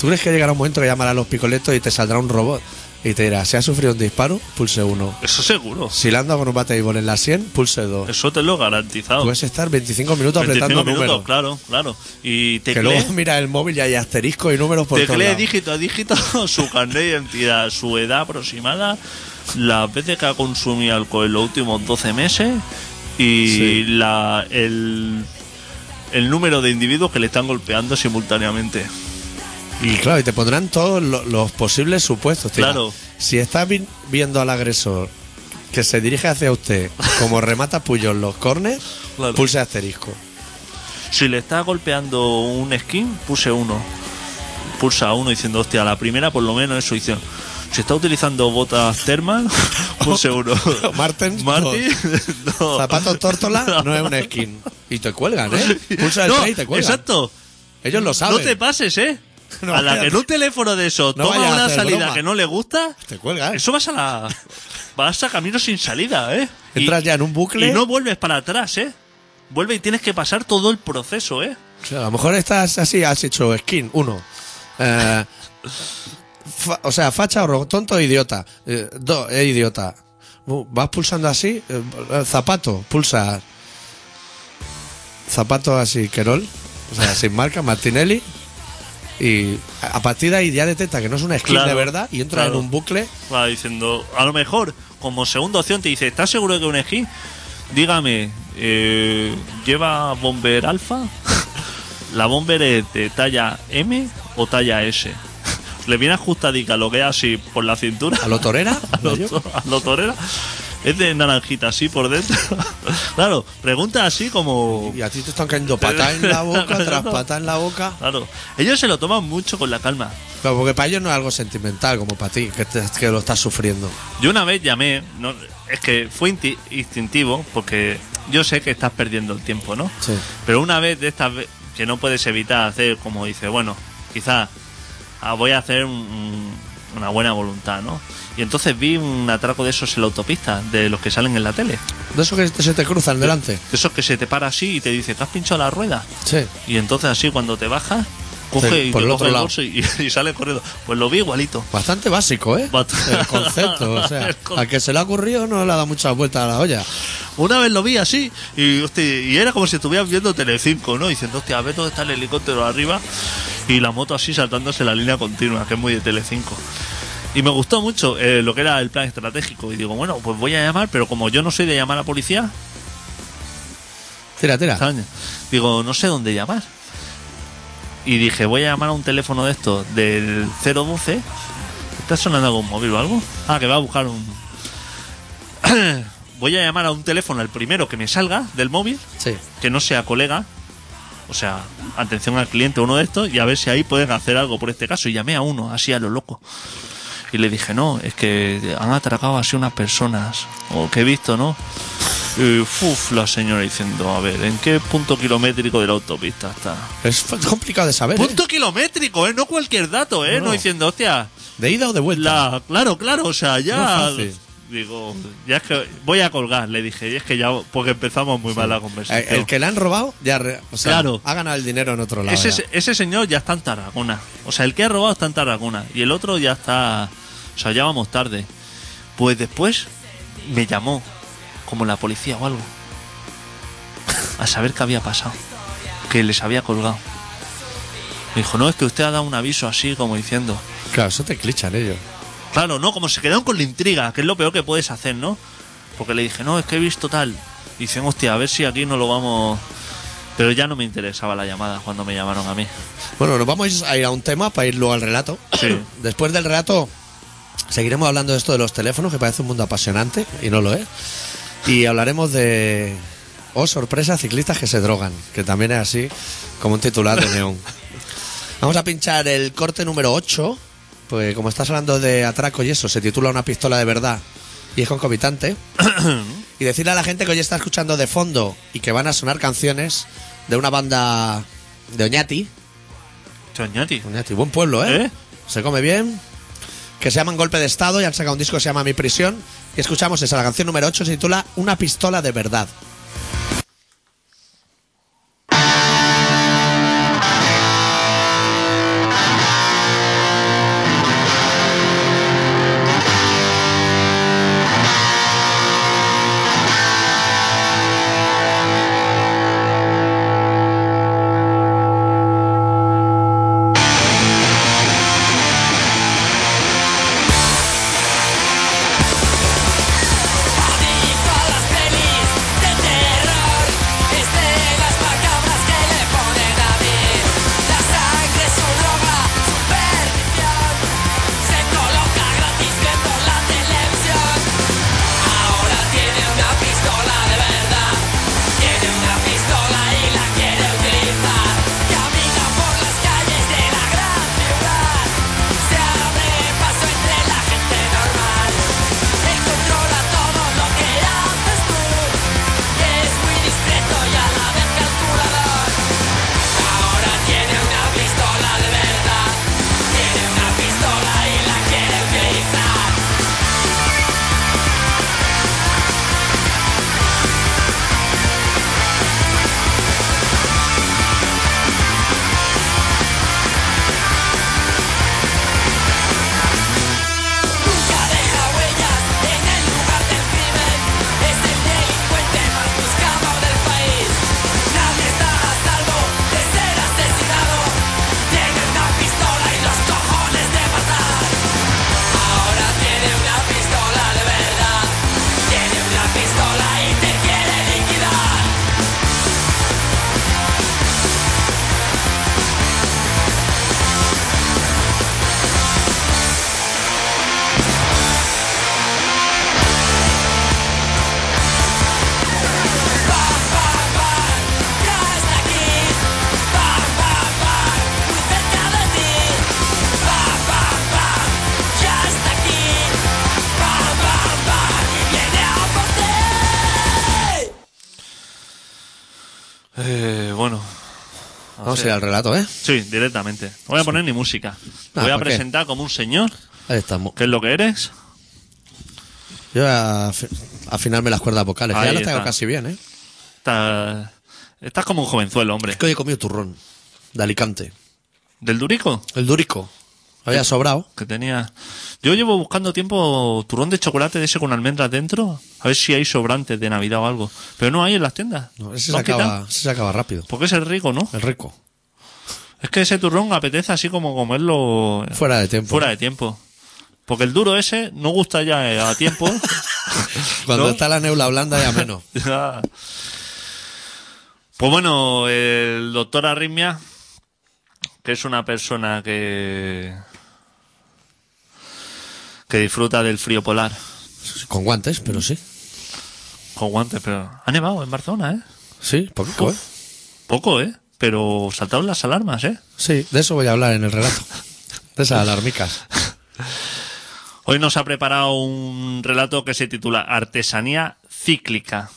A: ¿Tú crees que llegará un momento que llamará a los picoletos y te saldrá un robot? y te dirá, si ha sufrido un disparo, pulse 1.
C: Eso seguro.
A: Si le han dado con un bate de béisbol en la 100, pulse 2.
C: Eso te lo he garantizado.
A: Puedes estar 25 minutos
C: 25
A: apretando
C: minutos,
A: números.
C: claro, claro. Y
A: Que
C: teclea,
A: luego mira el móvil y hay asteriscos y números por todos
C: teclea
A: lados.
C: dígito a dígito su carnet de identidad, su edad aproximada, las veces que ha consumido alcohol en los últimos 12 meses y
A: Sí.
C: la, el, el número de individuos que le están golpeando simultáneamente.
A: Y claro, y te pondrán todos lo- los posibles supuestos. tío.
C: Claro.
A: Si estás vi- viendo al agresor que se dirige hacia usted como remata Puyol los corners,
C: Claro.
A: pulse asterisco.
C: Si le está golpeando un skin, puse uno. Pulsa uno diciendo, hostia, la primera por lo menos eso. Diciendo, si está utilizando botas termal, pulse uno.
A: Martens,
C: Martin, no.
A: Zapatos tórtola no es un skin. Y te cuelgan, ¿eh? Pulsa el
C: No,
A: 3 y te cuelgan.
C: Exacto.
A: Ellos lo saben.
C: No te pases, ¿eh?
A: No
C: a la
A: vayas-
C: que en un teléfono de eso
A: No
C: toma
A: vayas a
C: una
A: hacer
C: salida
A: broma.
C: que no le gusta,
A: Te cuelgan.
C: eso vas a la. Vas a camino sin salida, ¿eh? Y-
A: Entras ya en un bucle.
C: Y no vuelves para atrás, ¿eh? Vuelve y tienes que pasar todo el proceso, ¿eh?
A: O sea, a lo mejor estás así, has hecho skin, uno. Eh, fa- o sea, facha o ro- tonto e idiota. Eh, dos, es idiota. Uh, Vas pulsando así, eh, eh, zapato, pulsa. Zapato así, Querol. O sea, sin marca, Martinelli. Y a a partir de ahí ya detecta que no es una skin
C: Claro,
A: de verdad y entra
C: claro.
A: en un bucle.
C: Va diciendo, a lo mejor, como segunda opción, te dice, ¿estás seguro que un esquí? Dígame, eh, ¿lleva bomber alfa? ¿La bomber es de talla M o talla S? Le viene ajustadica lo que es así por la cintura.
A: A lo torera.
C: a lo,
A: rollo.
C: to- a lo torera. Es de naranjita así por dentro. claro, pregunta así como...
A: Y a ti te están cayendo patas en la boca, tras patas en la boca.
C: Claro, ellos se lo toman mucho con la calma.
A: Claro, porque para ellos no es algo sentimental como para ti, que, te- que lo estás sufriendo.
C: Yo una vez llamé, no, es que fue inti- instintivo, porque yo sé que estás perdiendo el tiempo, ¿no?
A: Sí.
C: Pero una vez de estas ve- que no puedes evitar hacer, como dice, bueno, quizás ah, voy a hacer un- un- una buena voluntad, ¿no? Y entonces vi un atraco de esos en la autopista, de los que salen en la tele.
A: De esos que se te cruzan delante.
C: De esos que se te para así y te dice, ¿te has pinchado la rueda?
A: Sí.
C: Y entonces así cuando te bajas, coge
A: Sí,
C: y
A: por
C: te
A: el
C: coge
A: otro
C: el
A: lado.
C: bolso y, y sale corriendo. Pues lo vi igualito.
A: Bastante básico, ¿eh?
C: Bast-
A: El concepto, o sea.
C: El con-
A: Al que se le ha ocurrido no le ha dado muchas vueltas a la olla.
C: Una vez lo vi así y, hostia, y era como si estuvieras viendo Telecinco, ¿no? Diciendo, hostia, a ver dónde está el helicóptero arriba y la moto así saltándose la línea continua, que es muy de Telecinco. Y me gustó mucho eh, lo que era el plan estratégico y digo, bueno, pues voy a llamar, pero como yo no soy de llamar a la policía,
A: Tira, tira.
C: extraño. digo, no sé dónde llamar. Y dije, voy a llamar a un teléfono de estos del 012. ¿Está sonando algún móvil o algo? Ah, que va a buscar un... voy a llamar a un teléfono, el primero que me salga del móvil,
A: Sí.
C: que no sea colega, o sea, atención al cliente, uno de estos, y a ver si ahí pueden hacer algo por este caso. Y llamé a uno, así a lo loco. Y le dije, no, es que han atracado así unas personas, o que he visto, ¿no? Y uf, la señora diciendo, a ver, ¿en qué punto kilométrico de la autopista está?
A: Es f- complicado de saber. ¿eh?
C: Punto kilométrico, ¿eh? No cualquier dato, ¿eh? No,
A: No.
C: diciendo, hostia,
A: De ida o de vuelta.
C: la, claro, claro, o sea, ya...
A: No es fácil.
C: Digo, ya es que voy a colgar, le dije, y es que ya, porque empezamos muy mal la conversación.
A: Eh, El, que le han robado, ya. re- o sea,
C: Claro.
A: Ha ganado el dinero en otro lado.
C: Ese,
A: ya.
C: se- ese señor ya está en Tarragona. O sea, el que ha robado está en Tarragona. Y el otro ya está. O sea, ya vamos tarde. Pues después me llamó. Como la policía o algo. A saber qué había pasado. Que les había colgado. Me dijo, no, es que usted ha dado un aviso así, como diciendo.
A: Claro, eso te clichan ellos.
C: Claro, no, como se quedaron con la intriga, que es lo peor que puedes hacer, ¿no? Porque le dije, no, es que he visto tal. Y dicen, hostia, a ver si aquí no lo vamos. Pero ya no me interesaba la llamada cuando me llamaron a mí.
A: Bueno, nos vamos a ir a un tema para ir luego al relato.
C: Sí.
A: Después del relato seguiremos hablando de esto de los teléfonos, que parece un mundo apasionante, y no lo es. Y hablaremos de, oh sorpresa, ciclistas que se drogan, que también es así como un titular de neón. Vamos a pinchar el corte número 8, pues como estás hablando de atraco y eso, se titula Una pistola de verdad y es concomitante. y decirle a la gente que hoy está escuchando de fondo y que van a sonar canciones de una banda de Oñati,
C: Choñati.
A: Oñati, buen pueblo, ¿eh?
C: ¿Eh?
A: Se come bien. Que se llaman Golpe de Estado y han sacado un disco que se llama Mi Prisión. Y escuchamos esa, la canción número 8 se titula Una pistola de verdad.
F: Una pistola de verdad,
A: Eh,
C: Ah,
A: Vamos a ir al relato, ¿eh?
C: Sí, directamente. No voy a poner ni música.
A: Ah,
C: voy a
A: ¿por qué?
C: presentar como un señor.
A: Ahí estamos.
C: ¿Qué es lo que eres?
A: Yo voy a afi- afinarme las cuerdas vocales. que
C: Ahí
A: ya las tengo
C: está.
A: casi bien, ¿eh?
C: Está- Estás como un jovenzuelo, hombre.
A: Es que hoy he comido turrón de Alicante.
C: ¿Del Durico?
A: El durico. Había
C: ¿Eh?
A: sobrado.
C: Que tenía. Yo llevo buscando tiempo turrón de chocolate de ese con almendras dentro. A ver si hay sobrantes de Navidad o algo. Pero no hay en las tiendas.
A: No, ese
C: ¿Lo
A: se
C: han quitado?
A: acaba, ese se acaba rápido.
C: Porque ese es rico, ¿no?
A: El rico.
C: Es que ese turrón apetece así como comerlo
A: Fuera de tiempo.
C: fuera de tiempo. Porque el duro ese no gusta ya eh, a tiempo.
A: Cuando
C: ¿No?
A: está la neula blanda ya menos.
C: Ya. Pues bueno, el doctor Arritmia, que es una persona que que disfruta del frío polar
A: Con guantes, pero sí.
C: con guantes, pero ha nevado en Barcelona, ¿eh?
A: Sí, poco, ¿eh?
C: Poco, ¿eh? Pero saltaron las alarmas, ¿eh?
A: Sí, de eso voy a hablar en el relato. De esas alarmicas.
C: Hoy nos ha preparado un relato que se titula Artesanía cíclica.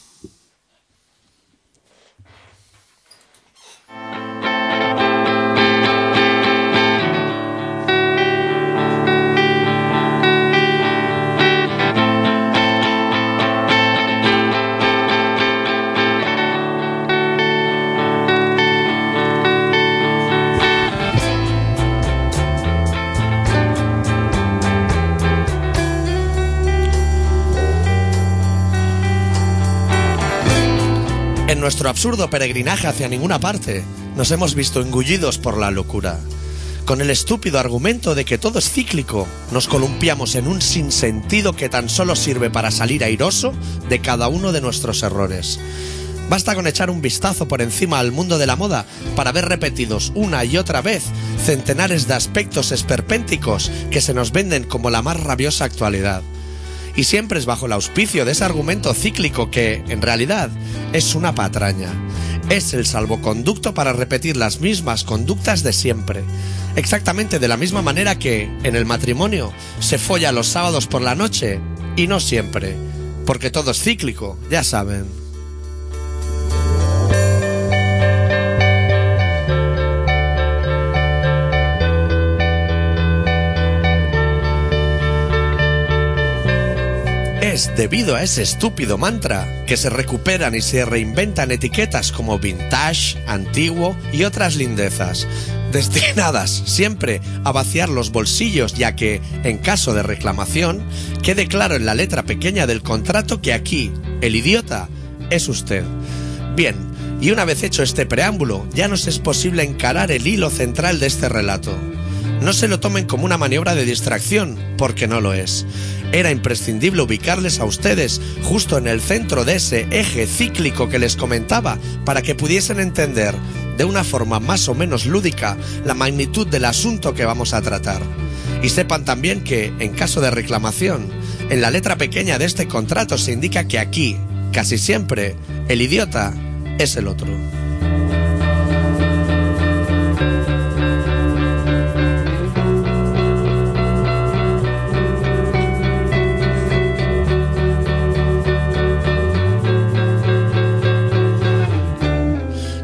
A: En nuestro absurdo peregrinaje hacia ninguna parte, nos hemos visto engullidos por la locura. Con el estúpido argumento de que todo es cíclico, nos columpiamos en un sinsentido que tan solo sirve para salir airoso de cada uno de nuestros errores. Basta con echar un vistazo por encima al mundo de la moda para ver repetidos una y otra vez centenares de aspectos esperpénticos que se nos venden como la más rabiosa actualidad y siempre es bajo el auspicio de ese argumento cíclico que, en realidad, es una patraña. Es el salvoconducto para repetir las mismas conductas de siempre. Exactamente de la misma manera que, en el matrimonio, se folla los sábados por la noche, y no siempre. Porque todo es cíclico, ya saben. Es debido a ese estúpido mantra que se recuperan y se reinventan etiquetas como vintage, antiguo y otras lindezas, destinadas siempre a vaciar los bolsillos ya que, en caso de reclamación, quede claro en la letra pequeña del contrato que aquí, el idiota, es usted. Bien, y una vez hecho este preámbulo, ya nos es posible encarar el hilo central de este relato. No se lo tomen como una maniobra de distracción, porque no lo es. Era imprescindible ubicarles a ustedes justo en el centro de ese eje cíclico que les comentaba para que pudiesen entender, de una forma más o menos lúdica, la magnitud del asunto que vamos a tratar. Y sepan también que, en caso de reclamación, en la letra pequeña de este contrato se indica que aquí, casi siempre, el idiota es el otro.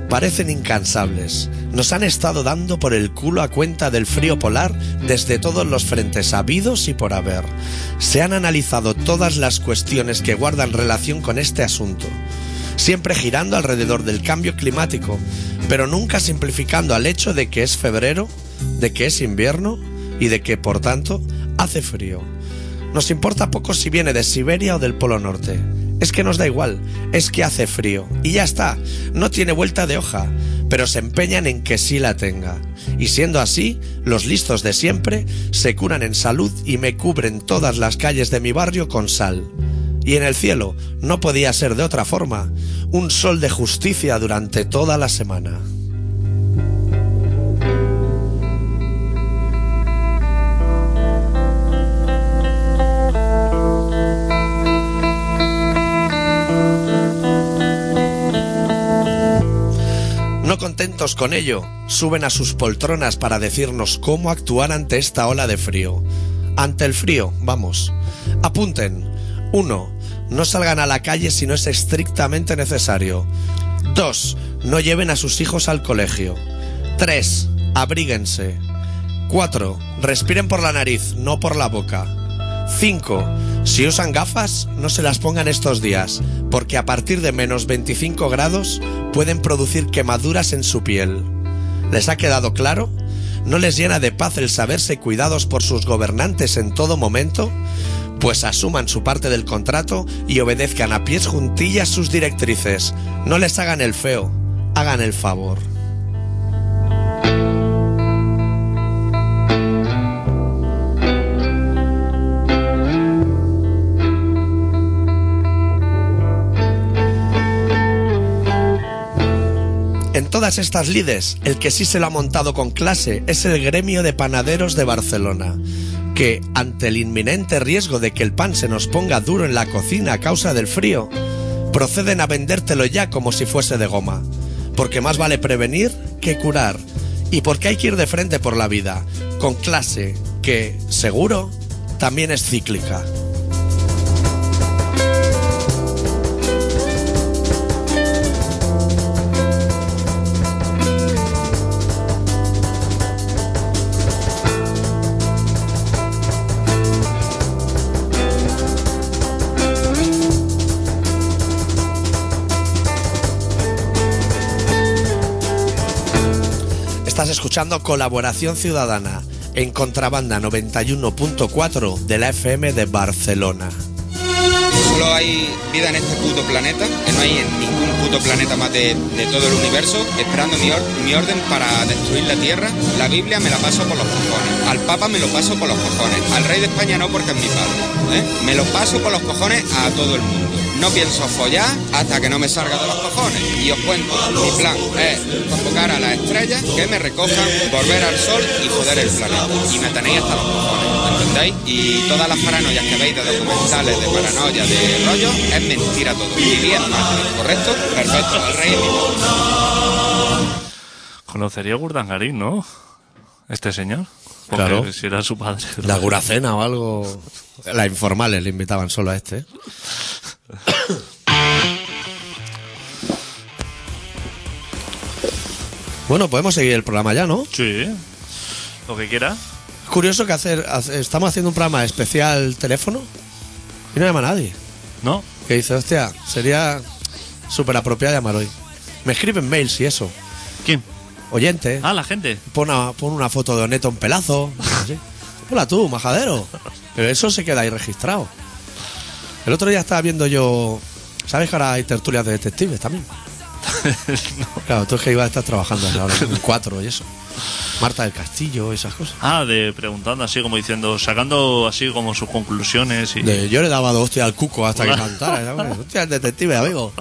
A: parecen incansables. Nos han estado dando por el culo a cuenta del frío polar desde todos los frentes habidos y por haber. Se han analizado todas las cuestiones que guardan relación con este asunto, siempre girando alrededor del cambio climático, pero nunca simplificando al hecho de que es febrero, de que es invierno y de que, por tanto, hace frío. Nos importa poco si viene de Siberia o del Polo Norte. Es que nos da igual, es que hace frío. Y ya está, no tiene vuelta de hoja, pero se empeñan en que sí la tenga. Y siendo así, los listos de siempre se curan en salud y me cubren todas las calles de mi barrio con sal. Y en el cielo, no podía ser de otra forma, un sol de justicia durante toda la semana. No contentos con ello, suben a sus poltronas para decirnos cómo actuar ante esta ola de frío. Ante el frío, vamos. Apunten. 1. No salgan a la calle si no es estrictamente necesario. 2. No lleven a sus hijos al colegio. 3. Abríguense. 4. Respiren por la nariz, no por la boca. 5. Si usan gafas, no se las pongan estos días, porque a partir de menos 25 grados pueden producir quemaduras en su piel. ¿Les ha quedado claro? ¿No les llena de paz el saberse cuidados por sus gobernantes en todo momento? Pues asuman su parte del contrato y obedezcan a pies juntillas sus directrices. No les hagan el feo, hagan el favor. En todas estas lides, el que sí se lo ha montado con clase es el gremio de panaderos de Barcelona, que, ante el inminente riesgo de que el pan se nos ponga duro en la cocina a causa del frío, proceden a vendértelo ya como si fuese de goma, porque más vale prevenir que curar, y porque hay que ir de frente por la vida, con clase, que, seguro, también es cíclica. Estás escuchando Colaboración Ciudadana en Contrabanda 91.4 de la FM de Barcelona.
F: Solo hay vida en este puto planeta, que no hay en ningún puto planeta más de, de todo el universo, esperando mi, or- mi orden para destruir la Tierra. La Biblia me la paso por los cojones. Al Papa me lo paso por los cojones. Al rey de España no porque es mi padre. ¿eh? Me lo paso por los cojones a todo el mundo. No pienso follar hasta que no me salga de los cojones. Y os cuento, mi plan es convocar a las estrellas que me recojan, volver al sol y joder el planeta. Y me tenéis hasta los cojones. ¿entendéis? Y todas las paranoias que veis de documentales, de paranoia, de rollo, es mentira todo. Vivir es magia, ¿correcto? Perfecto, el rey es mi padre.
C: Conocería a Gurdangarín, ¿no? Este señor. Porque
A: Claro.
C: si era su padre.
A: La Guracena o algo. La informales le invitaban solo a este. Bueno, podemos seguir el programa ya, ¿no?
C: Sí. Lo que quiera.
A: Es curioso que hacer, hace- estamos haciendo un programa especial teléfono y no llama nadie.
C: ¿No?
A: Que dice, hostia, sería súper apropiado llamar hoy. Me escriben mails y eso.
C: ¿Quién?
A: Oyente,
C: Ah, la gente.
A: pon, a- pon una foto de Oneto en pelazo. así. Hola tú, majadero. Pero eso se queda ahí registrado. El otro día estaba viendo yo. ¿Sabes que ahora hay tertulias de detectives también? Claro, tú es que ibas a estar trabajando ahora en cuatro y eso. Marta del Castillo, esas cosas.
C: Ah, de preguntando así como diciendo, sacando así como sus conclusiones y...
A: De- yo le daba dos hostias al cuco hasta que cantara. ¿sabes? Hostia, el detective, amigo.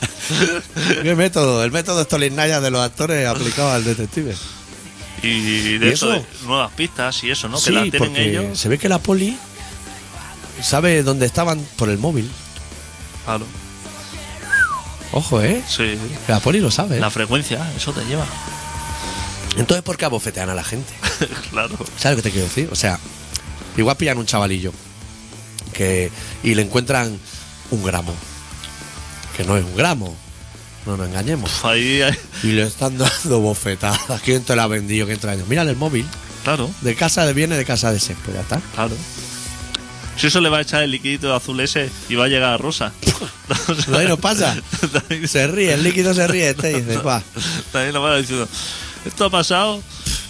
A: ¿Qué método? El método Stolinaya de los actores aplicado al detective.
C: Y
A: ¿Y
C: de eso,
A: eso?
C: de nuevas pistas y eso, ¿no?
A: Sí,
C: que las tienen
A: porque
C: ellos.
A: se ve que la poli sabe dónde estaban por el móvil.
C: Claro,
A: Ojo, ¿eh?
C: sí.
A: La poli lo sabe. ¿eh?
C: La frecuencia, eso te lleva.
A: Entonces, ¿por qué abofetean a la gente?
C: claro.
A: ¿Sabes lo que te quiero decir? O sea, igual pillan un chavalillo que y le encuentran un gramo. Que no es un gramo. No nos engañemos.
C: Pf, Ahí, ahí-
A: Y le están dando bofetadas. ¿Quién te la ha vendido? ¿Quién trae? Mírale el móvil.
C: claro,
A: De casa de viene, de casa de siempre. Ya está.
C: claro. Si eso le va a echar el liquidito azul ese y va a llegar a rosa.
A: De ahí no pasa. Se ríe, el líquido se ríe. Este y dice, "Buah".
C: También lo van diciendo. Esto ha pasado,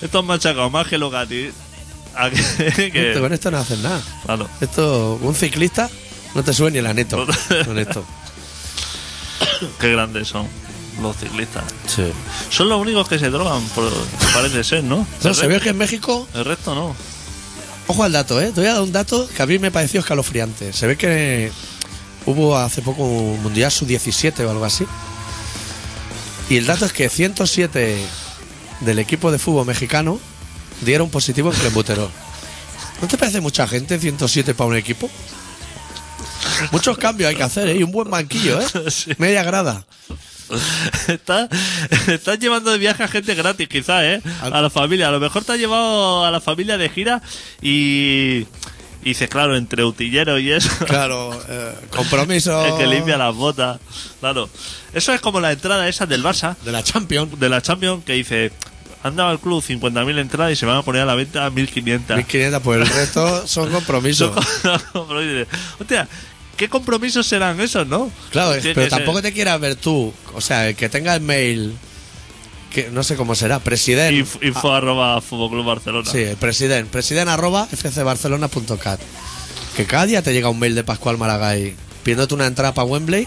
C: esto han machacado más que los gatis. A que- que-
A: Esto, este, con esto no hacen nada.
C: Claro.
A: Esto, un ciclista no te sube ni la neto
C: No.
A: con esto.
C: Qué grandes son los ciclistas. Son los únicos que se drogan, por- parece ser, ¿no?
A: No,
C: El
A: se
C: re-
A: ve que en México,
C: El resto no.
A: ojo al dato, ¿eh? Te voy a dar un dato que a mí me pareció escalofriante. Se ve que hubo hace poco un mundial sub-17 o algo así. Y el dato es que 107 del equipo de fútbol mexicano dieron positivo en clenbuterol. ¿No te parece mucha gente 107 para un equipo? Muchos cambios hay que hacer, ¿eh? Y un buen banquillo, ¿eh?
C: Sí.
A: Media grada.
C: Estás estás llevando de viaje a gente gratis, quizás, ¿eh? A la familia. A lo mejor te has llevado a la familia de gira y. Y dices, claro, entre utilleros y eso.
A: Claro, eh, compromiso.
C: El que limpia las botas. Claro. Eso es como la entrada esa del Barça,
A: De la Champions.
C: de la Champions, que dice. Han dado al club 50.000 entradas y se van a poner a la venta 1.500.
A: 1500, pues el resto son compromisos.
C: Pero dice, Hostia, ¿qué compromisos serán esos, no?
A: Claro,
C: Tiene
A: pero
C: que ser-
A: tampoco te quieras ver tú. O sea, el que tenga el mail, que no sé cómo será, presidente.
C: Info, info arroba Fútbol Club Barcelona.
A: Ah. Sí, el presidente. Presidente arroba fcbarcelona.cat. Que cada día te llega un mail de Pascual Maragall pidiéndote una entrada para Wembley.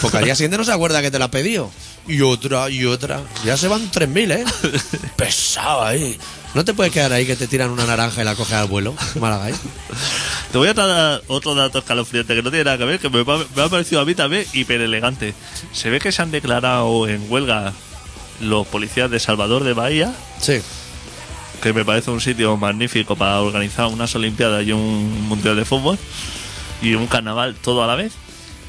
A: Porque al día siguiente no se acuerda que te la ha pedido. Y otra, y otra. Ya se van 3.000, ¿eh? Pesado ahí. No te puedes quedar ahí que te tiran una naranja y la coges al vuelo, Maragall.
C: Te voy a dar otro dato escalofriante que no tiene nada que ver, que me, pa- me ha parecido a mí también hiper elegante. Se ve que se han declarado en huelga los policías de Salvador de Bahía,
A: Sí.
C: que me parece un sitio magnífico para organizar unas Olimpiadas y un Mundial de Fútbol y un carnaval todo a la vez.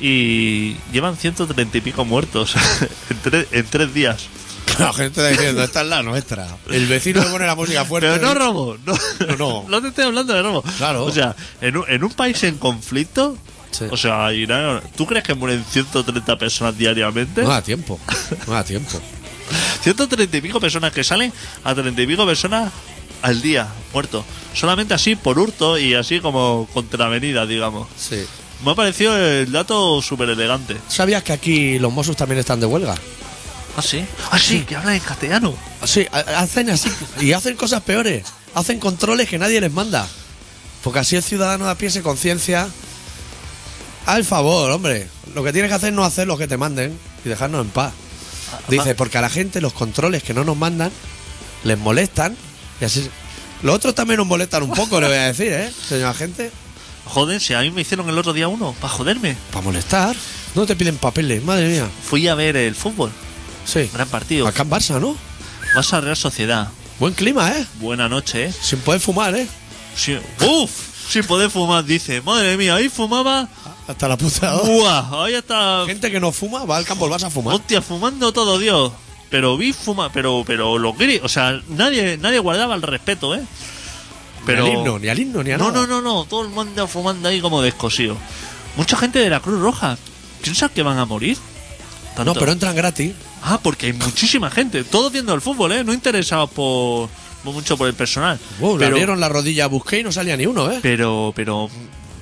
C: Y llevan 130 y pico muertos en, tres- en tres días.
A: La gente está diciendo, esta es la nuestra. El vecino le pone la música fuerte.
C: Pero no robo, no,
A: No, no.
C: te estoy hablando de robo.
A: Claro.
C: O sea, en un, en un país en conflicto,
A: Sí.
C: o sea, Irán, ¿tú crees que mueren 130 personas diariamente?
A: No da tiempo. No da tiempo.
C: 130 y pico personas que salen a 30 y pico personas al día, muertos. Solamente así por hurto y así como contravenida, digamos.
A: Sí.
C: Me ha parecido el dato súper elegante.
A: ¿Sabías que aquí los Mossos también están de huelga?
C: ¿Ah, sí? Ah, sí, que hablan en castellano.
A: Sí, ha- hacen así. Y hacen cosas peores. Hacen controles que nadie les manda. Porque así el ciudadano de a pie se conciencia. Al favor, hombre. Lo que tienes que hacer no hacer lo que te manden y dejarnos en paz. Dice, porque a la gente los controles que no nos mandan les molestan. Y así. Los otros también nos molestan un poco, le voy a decir, ¿eh? Señor agente.
C: Joder, si a mí me hicieron el otro día uno, para joderme.
A: Para molestar. No te piden papeles, madre mía.
C: Fui a ver el fútbol,
A: Sí.
C: gran partido.
A: Acá en Barça, ¿no?
C: Vas a Real Sociedad.
A: Buen clima, ¿eh?
C: Buena noche, ¿eh?
A: Sin poder fumar, ¿eh?
C: Sí. ¡Uf! Sin poder fumar, dice. Madre mía, ahí fumaba.
A: Hasta la puta
C: Oh.
A: hora.
C: ¡Buah! Ahí está.
A: Gente que no fuma va al campo del Barça a fumar.
C: Hostia, fumando todo, Dios. Pero vi fuma, pero, pero los gris. O sea, nadie, nadie guardaba el respeto, ¿eh? Pero.
A: Ni al himno, ni al himno, ni a
C: no,
A: nada.
C: no, no, no. Todo el mundo fumando ahí como descosido. Mucha gente de la Cruz Roja. ¿Piensas que van a morir?
A: No,
C: Tanto.
A: pero entran gratis.
C: Ah, porque hay muchísima gente. Todos viendo el fútbol, ¿eh? No interesados por. Mucho por el personal.
A: Wow, le
C: pero,
A: abrieron la rodilla a Busqué y no salía ni uno, ¿eh?
C: Pero, pero,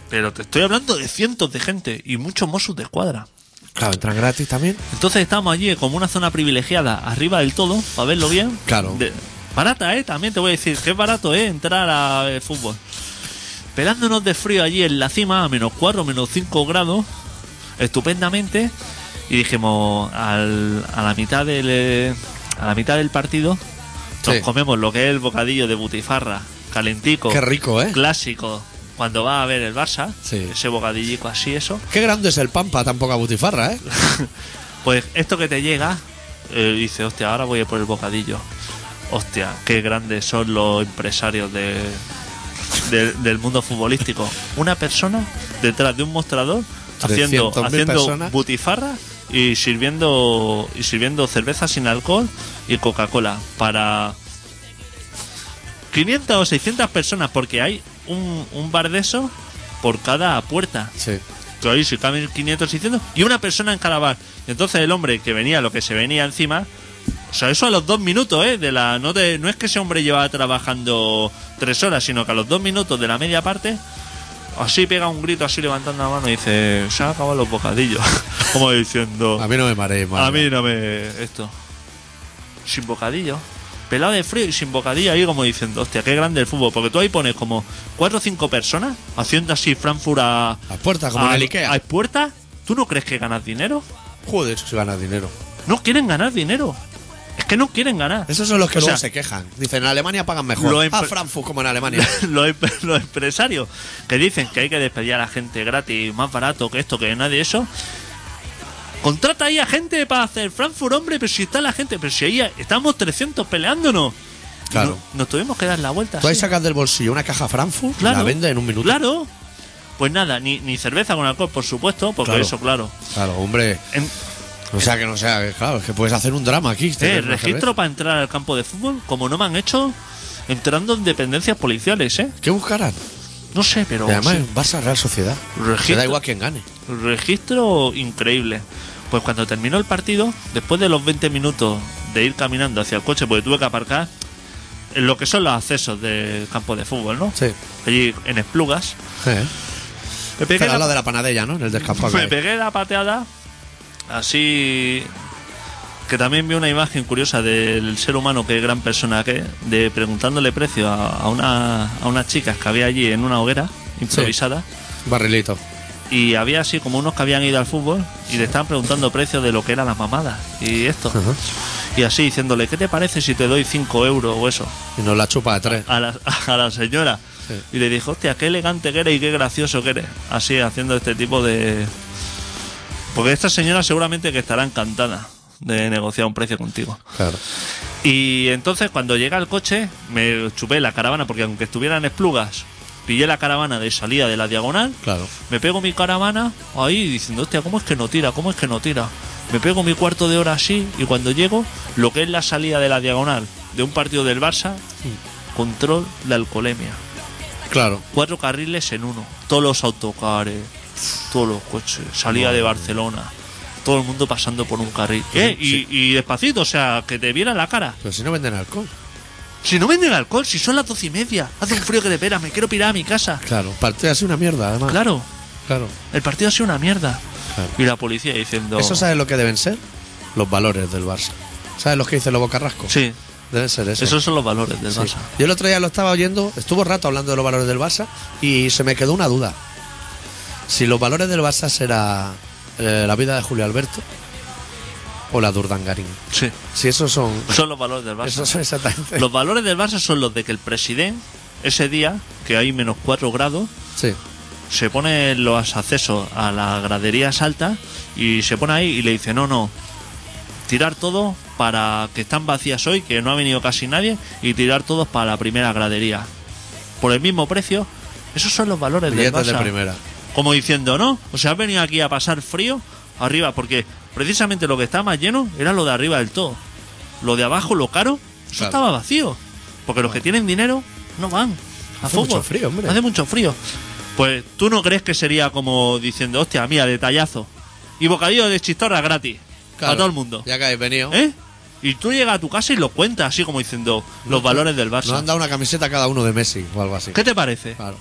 C: pero te estoy hablando de cientos de gente y muchos Mossos de escuadra.
A: Claro, entran gratis también.
C: Entonces estábamos allí como una zona privilegiada, arriba del todo, para verlo bien.
A: Claro.
C: De- barata, ¿eh? También te voy a decir, que es barato, ¿eh? Entrar al fútbol. Pelándonos de frío allí en la cima, a menos 4, menos 5 grados, estupendamente. Y dijimos, al- a, la mitad del, eh, a la mitad del partido, nos
A: Sí.
C: comemos lo que es el bocadillo de butifarra, calentico
A: Qué rico, ¿eh?
C: clásico cuando va a ver el Barça,
A: Sí.
C: ese bocadillico así, eso,
A: Qué grande es el Pampa, tampoco a Butifarra, ¿eh?
C: pues esto que te llega, eh, dice, hostia, ahora voy a por el bocadillo. Hostia, qué grandes son los empresarios de, del- del mundo futbolístico. Una persona detrás de un mostrador haciendo,
A: 300.000
C: haciendo
A: personas.
C: butifarra y sirviendo, y sirviendo cerveza sin alcohol y Coca-Cola para 500 o 600 personas, porque hay un, un bar de eso por cada puerta.
A: Sí.
C: Que ahí se caben 500, 600 y una persona en cada bar. Y entonces el hombre que venía, lo que se venía encima, o sea, eso a los dos minutos, ¿eh? De la, no, te- no es que ese hombre llevaba trabajando tres horas, sino que a los dos minutos de la media parte, así pega un grito, así levantando la mano y dice, se han acabado los bocadillos. Como diciendo,
A: A mí no me mareé, madre.
C: a mí no me. Esto. Sin bocadillo. Pelado de frío y sin bocadillo ahí como diciendo, hostia, qué grande el fútbol. Porque tú ahí pones como cuatro o cinco personas haciendo así Frankfurt a.
A: A puertas, como en el Ikea.
C: ¿Hay puertas? ¿Tú no crees que ganas dinero?
A: Joder, se gana dinero.
C: No quieren ganar dinero. Es que no quieren ganar.
A: Esos son los que
C: O
A: luego
C: sea,
A: se quejan. Dicen, en Alemania pagan mejor.
C: Lo em-
A: Ah, Frankfurt, como en Alemania.
C: los, em- los empresarios que dicen que hay que despedir a la gente gratis, más barato que esto, que nadie eso. Contrata ahí a gente para hacer Frankfurt, hombre, pero si está la gente, pero si ahí estamos 300 peleándonos.
A: Claro.
C: No- Nos, tuvimos que dar la vuelta.
A: Tú ahí
C: sí.
A: sacas del bolsillo una caja Frankfurt,
C: Claro.
A: la vendes en un minuto.
C: Claro. Pues nada, ni, ni cerveza con alcohol, por supuesto, porque
A: Claro.
C: eso, claro.
A: Claro, hombre.
C: En-
A: O sea que no sea, claro, es que puedes hacer un drama aquí.
C: Eh,
A: tener una
C: registro para entrar al campo de fútbol, como no me han hecho, entrando en dependencias policiales, ¿eh?
A: cerveza. ¿Qué buscarán?
C: No sé, pero...
A: Y además,
C: sí.
A: Barça Real Sociedad.
C: Registro.
A: Me da igual quién gane.
C: Registro increíble. Pues cuando terminó el partido, después de los 20 minutos de ir caminando hacia el coche, porque tuve que aparcar en lo que son los accesos del campo de fútbol, ¿no?
A: Sí.
C: Allí en Esplugas.
A: Eh.
C: Me pegué,
A: Pero
C: la,
A: lo de la panadella, ¿no? En el descampado.
C: me pegué la pateada, así que también vi una imagen curiosa del ser humano, que gran persona que es, de preguntándole precio a, a una, a unas chicas que había allí en una hoguera improvisada.
A: Barrilito.
C: Y había así como unos que habían ido al fútbol y le estaban preguntando precios de lo que eran las mamadas y esto. Y así diciéndole, ¿qué te parece si te doy 5 euros o eso?
A: Y nos la chupa de tres.
C: A la, a la señora.
A: Sí.
C: Y le dijo, hostia, qué elegante que eres y qué gracioso que eres. Así haciendo este tipo de. Porque esta señora seguramente que estará encantada de negociar un precio contigo.
A: Claro.
C: Y entonces cuando llega el coche, me chupé la caravana, porque aunque estuvieran esplugas, pillé la caravana de salida de la diagonal.
A: Claro.
C: Me pego mi caravana ahí diciendo, hostia, ¿cómo es que no tira? ¿Cómo es que no tira? Me pego mi cuarto de hora así y cuando llego, lo que es la salida de la diagonal de un partido del Barça, control de alcoholemia.
A: Claro.
C: Cuatro carriles en uno. Todos los autocares, todos los coches, salida de Barcelona, todo el mundo pasando por un carril. Eh, y-
A: sí.
C: y despacito, o sea, que te viera la cara.
A: Pero si no venden alcohol.
C: Si no venden alcohol, si son las doce y media, hace un frío que de pera, me quiero pirar a mi casa.
A: Claro. Partido así una mierda, además.
C: Claro,
A: Claro.
C: el partido ha sido una mierda.
A: Claro.
C: Y la policía diciendo.
A: ¿Eso sabes lo que deben ser? Los valores del Barça. ¿Sabes los que dice Lobo Carrasco?
C: Sí,
A: Deben ser eso.
C: esos son los valores del
A: Sí.
C: Barça.
A: Yo el otro día lo estaba oyendo, estuvo rato hablando de los valores del Barça y se me quedó una duda. Si los valores del Barça será eh, la vida de Julio Alberto o la de Urdangarín.
C: Sí,
A: Si esos son...
C: son los valores del Barça.
A: Esos son exactamente...
C: Los valores del Barça son los de que el presidente, ese día, que hay menos 4 grados,
A: Sí.
C: se pone en los accesos a las graderías altas y se pone ahí y le dice: No, no, tirar todo para que están vacías hoy, que no ha venido casi nadie, y tirar todos para la primera gradería. Por el mismo precio, esos son los valores del
A: Billetes
C: Barça.
A: de primera.
C: como diciendo, ¿no? O sea, has venido aquí a pasar frío arriba, porque precisamente lo que estaba más lleno era lo de arriba del todo. Lo de abajo, lo caro, eso
A: Claro.
C: estaba vacío. Porque los que tienen dinero no van a
A: Hace
C: fútbol.
A: mucho frío, hombre.
C: Hace mucho frío. Pues tú no crees que sería como diciendo, hostia, mira, detallazo. Y bocadillo de chistorra gratis.
A: Claro.
C: A todo el mundo.
A: Ya que habéis venido.
C: ¿Eh? Y tú llegas a tu casa y lo cuentas, así como diciendo, los valores del Barça.
A: Nos han dado una camiseta cada uno de Messi o algo así.
C: ¿Qué te parece?
A: Claro.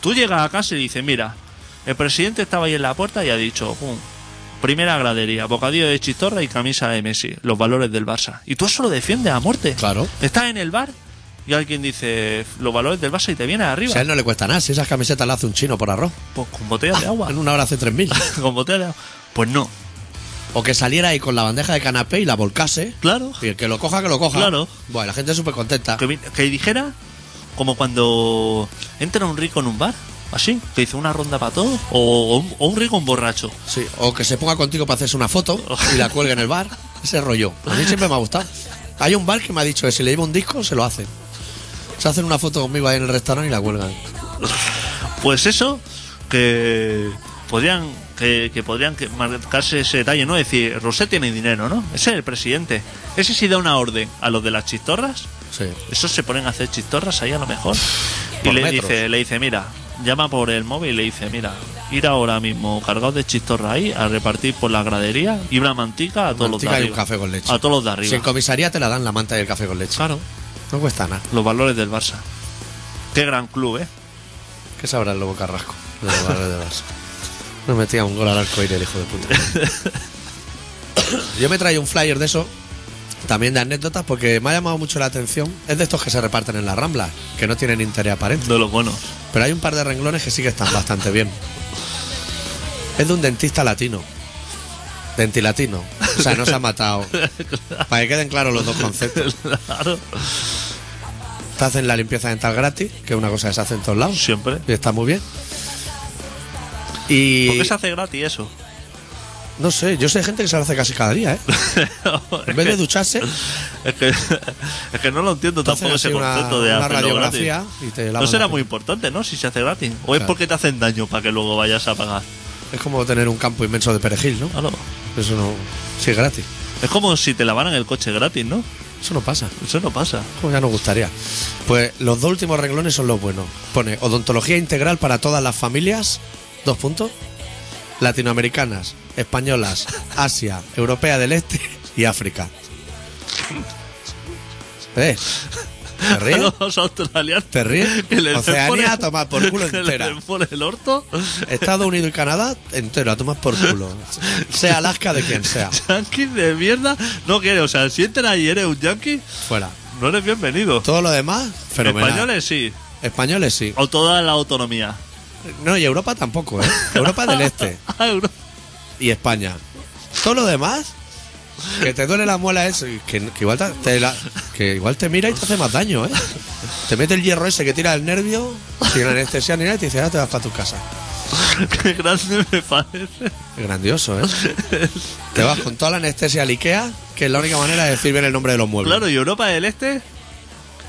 C: Tú llegas a casa y dices, mira, el presidente estaba ahí en la puerta y ha dicho, pum, primera gradería, bocadillo de chistorra y camisa de Messi, los valores del Barça. Y tú eso lo defiendes a muerte.
A: Claro.
C: Estás en el bar y alguien dice, los valores del Barça y te viene
A: Si
C: arriba.
A: a él no le cuesta nada, si esas camisetas las hace un chino por arroz.
C: Pues con botella de agua.
A: En una hora hace 3.000.
C: con botella de agua. Pues no.
A: o que saliera ahí con la bandeja de canapé y la volcase.
C: Claro.
A: Y el que lo coja, que lo coja.
C: Claro.
A: Bueno, la gente es súper contenta.
C: Que, vi- que dijera como cuando entra un rico en un bar, así, que dice una ronda para todos, o, o un, o un rico un borracho.
A: Sí, o que se ponga contigo para hacerse una foto y la cuelgue en el bar. Ese rollo. A mí siempre me ha gustado. Hay un bar que me ha dicho que si le llevo un disco, se lo hacen. Se hacen una foto conmigo ahí en el restaurante y la cuelgan.
C: Pues eso, que podrían, que, que podrían que- marcarse ese detalle, ¿no? Es decir, Rosé tiene dinero, ¿no? Ese es el presidente. Ese sí da una orden a los de las chistorras.
A: Sí.
C: Esos se ponen a hacer chistorras ahí a lo mejor. Y
A: Por
C: le
A: metros.
C: dice, le dice, mira, llama por el móvil y le dice, mira, ir ahora mismo cargados de chistorra ahí a repartir por la gradería y una mantica a todos
A: Mantica
C: los de
A: y un
C: arriba.
A: café con leche.
C: A todos los de arriba.
A: Si en comisaría te la dan la manta y el café con leche.
C: Claro,
A: No cuesta nada.
C: los valores del Barça. Qué gran club, ¿eh?
A: ¿Qué sabrá el lobo carrasco? De los valores del Barça? Nos metía un gol al arco el hijo de puta. Yo me traía un flyer de eso, también de anécdotas, porque me ha llamado mucho la atención. Es de estos que se reparten en la rambla, que no tienen interés aparente.
C: De los buenos.
A: Pero hay un par de renglones que sí que están bastante bien. Es de un dentista latino. Dentilatino. O sea, no se ha matado. Para que queden claros los dos conceptos.
C: Claro,
A: Te hacen la limpieza dental gratis, que es una cosa que se hace en todos lados.
C: siempre.
A: Y está muy bien. Y
C: ¿Por qué se hace gratis eso?
A: no sé, yo sé gente que se lo hace casi cada día, ¿eh? En vez de ducharse, te
C: Es que, es que no lo entiendo
A: hacen
C: tampoco
A: así
C: ese
A: una,
C: concepto de
A: una
C: hacerlo
A: radiografía
C: gratis.
A: y te lavan
C: No será
A: la
C: muy importante, ¿no? Si se hace gratis. O es
A: Claro.
C: porque te hacen daño para que luego vayas a pagar.
A: piel. Es como tener un campo inmenso de perejil, ¿no?
C: Claro.
A: Eso no. Sí, es gratis.
C: Es como si te lavaran el coche gratis, ¿no?
A: Eso no pasa.
C: Eso no pasa.
A: Como ya nos gustaría. Pues los dos últimos renglones son los buenos. Pone odontología integral para todas las familias, dos puntos, latinoamericanas, españolas, Asia, europea del Este y África. ¿Eh? ¿Te
C: A
A: ríes?
C: los australianos.
A: ¿Te ríes?
C: Que les
A: Oceanía
C: ponen-
A: a tomar por culo
C: que les
A: entera.
C: ponen el orto.
A: Estados Unidos y Canadá entero, a tomar por culo. Sea Alaska de quien sea.
C: Yankees de mierda. No quiere. O sea, si entras y eres un yankee,
A: Fuera.
C: no eres bienvenido.
A: Todo lo demás, fenomenal.
C: Españoles sí.
A: Españoles sí.
C: O toda la autonomía.
A: No, y Europa tampoco, ¿eh? Europa del Este
C: Ah, Euro-
A: y España. Todo lo demás, que te duele la muela eso, y que, que igual te, te la- que igual te mira y te hace más daño, ¿eh? Te mete el hierro ese que tira el nervio, sin anestesia ni nada, y te dice, ahora te vas para tu casa.
C: Qué grande me parece.
A: Es grandioso, ¿eh? Te vas con toda la anestesia al Ikea, que es la única manera de decir bien el nombre de los muebles.
C: Claro, y Europa del Este,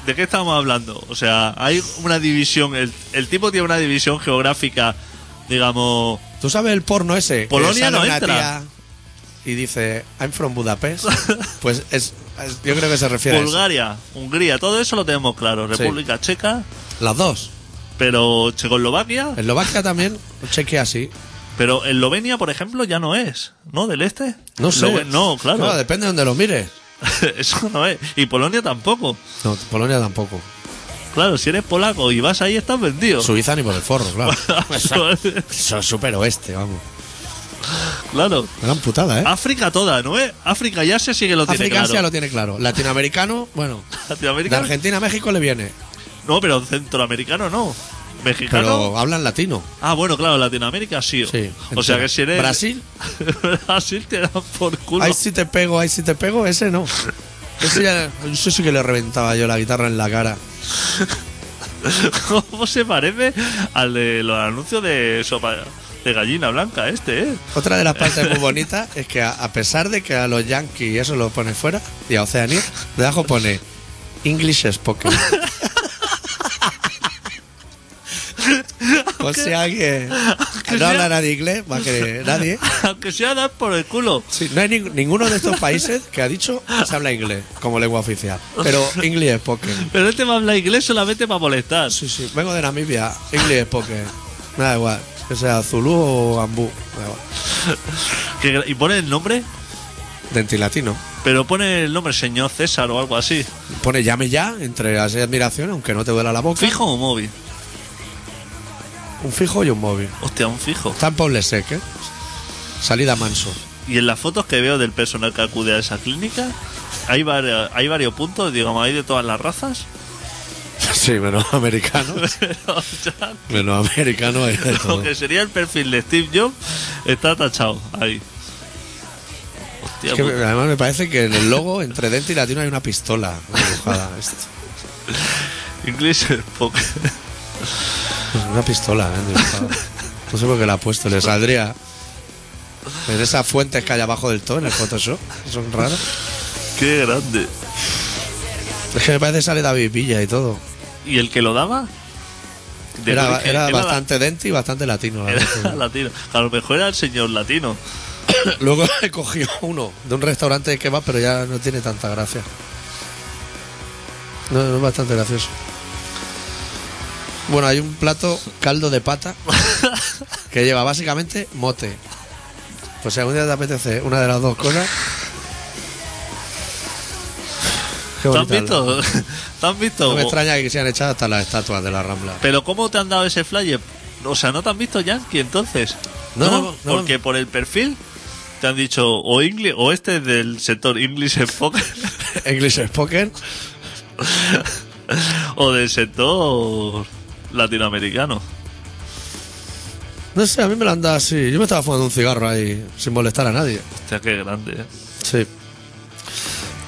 C: ¿de qué estamos hablando? O sea, hay una división, el, el tipo tiene una división geográfica, digamos,
A: ¿Tú sabes el porno ese? Que
C: Polonia
A: sale
C: no
A: una
C: entra.
A: tía y dice, I'm from Budapest. Pues es, es- yo creo que se refiere a eso.
C: Bulgaria, Hungría, todo eso lo tenemos claro,
A: Sí.
C: República Checa,
A: Las dos.
C: pero Checoslovaquia,
A: Eslovaquia también, chequea así.
C: pero Eslovenia, por ejemplo, ya no es, ¿no? Del Este.
A: No sé.
C: Lo- no, claro.
A: No, depende de donde lo mires.
C: eso no es. Y Polonia tampoco.
A: No, Polonia tampoco.
C: Claro, si eres polaco y vas ahí, estás vendido.
A: Suiza ni por el forro, claro. Eso es súper oeste, vamos.
C: claro.
A: Gran putada, ¿eh?
C: África toda, ¿no es? África y Asia sí que Ah, lo tiene
A: África Asia
C: claro.
A: lo tiene claro. Latinoamericano, bueno. De
C: Latinoamérica-
A: Argentina a México le viene.
C: No, pero centroamericano no.
A: Pero
C: Mexicano.
A: hablan latino.
C: Ah, bueno, claro, Latinoamérica sí.
A: Sí.
C: o sea
A: entero.
C: que si eres.
A: Brasil,
C: Brasil te dan por culo.
A: ahí sí te pego, ahí sí te pego, ese no. Ese ya. Eso sí que le reventaba yo la guitarra en la cara.
C: ¿Cómo se parece al de los anuncios de sopa de gallina blanca este, eh?
A: Otra de las partes muy bonitas es que a, a pesar de que a los Yankees eso lo pone fuera y a Oceanía, debajo pone English spoken. Por si alguien no
C: sea-
A: habla nadie inglés, más que nadie.
C: Aunque sea dar por el culo.
A: Sí, no hay ning- ninguno de estos países que ha dicho se habla inglés como lengua oficial. Pero English spoken.
C: Pero este va a hablar inglés solamente para molestar.
A: Sí, sí, vengo de Namibia, English spoken. Me da igual, que sea Zulu o Ambú. me da igual.
C: Que gra- y pone el nombre,
A: Dentilatino.
C: pero pone el nombre señor César o algo así.
A: Pone llame ya entre las admiraciones, aunque no te duela la boca.
C: ¿Fijo o móvil?
A: Un fijo y un móvil.
C: Hostia, un fijo.
A: Está en Poblesec, ¿eh? Salida manso.
C: Y en las fotos que veo del personal que acude a esa clínica, hay, varia- hay varios puntos, digamos, hay de todas las razas.
A: Sí, menos americano.
C: Pero ya,
A: menos americano es de
C: lo
A: todo.
C: que sería el perfil de Steve Jobs está tachado ahí. Hostia, pues,
A: Es que
C: puta.
A: además me parece que en el logo, entre dente y latino, hay una pistola dibujada. Esto.
C: English spoken.
A: Una pistola, ¿eh? dibujada. No sé por qué la ha puesto, le saldría. En esas fuentes que hay abajo del todo, en el Photoshop, son raras.
C: Qué grande.
A: Es que me parece que sale David Villa y todo.
C: ¿Y el que lo daba? De-
A: Era,
C: que-
A: era
C: que
A: bastante dente y bastante latino. la
C: Era
A: verdad.
C: latino. A lo mejor era el señor latino.
A: Luego he cogido uno de un restaurante de kebab, pero ya no tiene tanta gracia. No, no es bastante gracioso. Bueno, hay un plato caldo de pata que lleva básicamente mote. Pues si algún día te apetece una de las dos cosas. Qué
C: ¿Te has
A: bonita la-
C: visto? ¿Te has visto?
A: No me
C: cómo-
A: extraña que quisieran echar hasta las estatuas de la Rambla.
C: Pero ¿cómo te han dado ese flyer? O sea, ¿no te han visto Yankee entonces?
A: No, no, no.
C: Porque por el perfil te han dicho o English, o este es del sector English Spoken
A: English Spoken,
C: o del sector latinoamericano.
A: no sé, a mí me lo han dado así. Yo me estaba fumando un cigarro ahí sin molestar a nadie.
C: Hostia, qué grande. ¿eh?
A: Sí.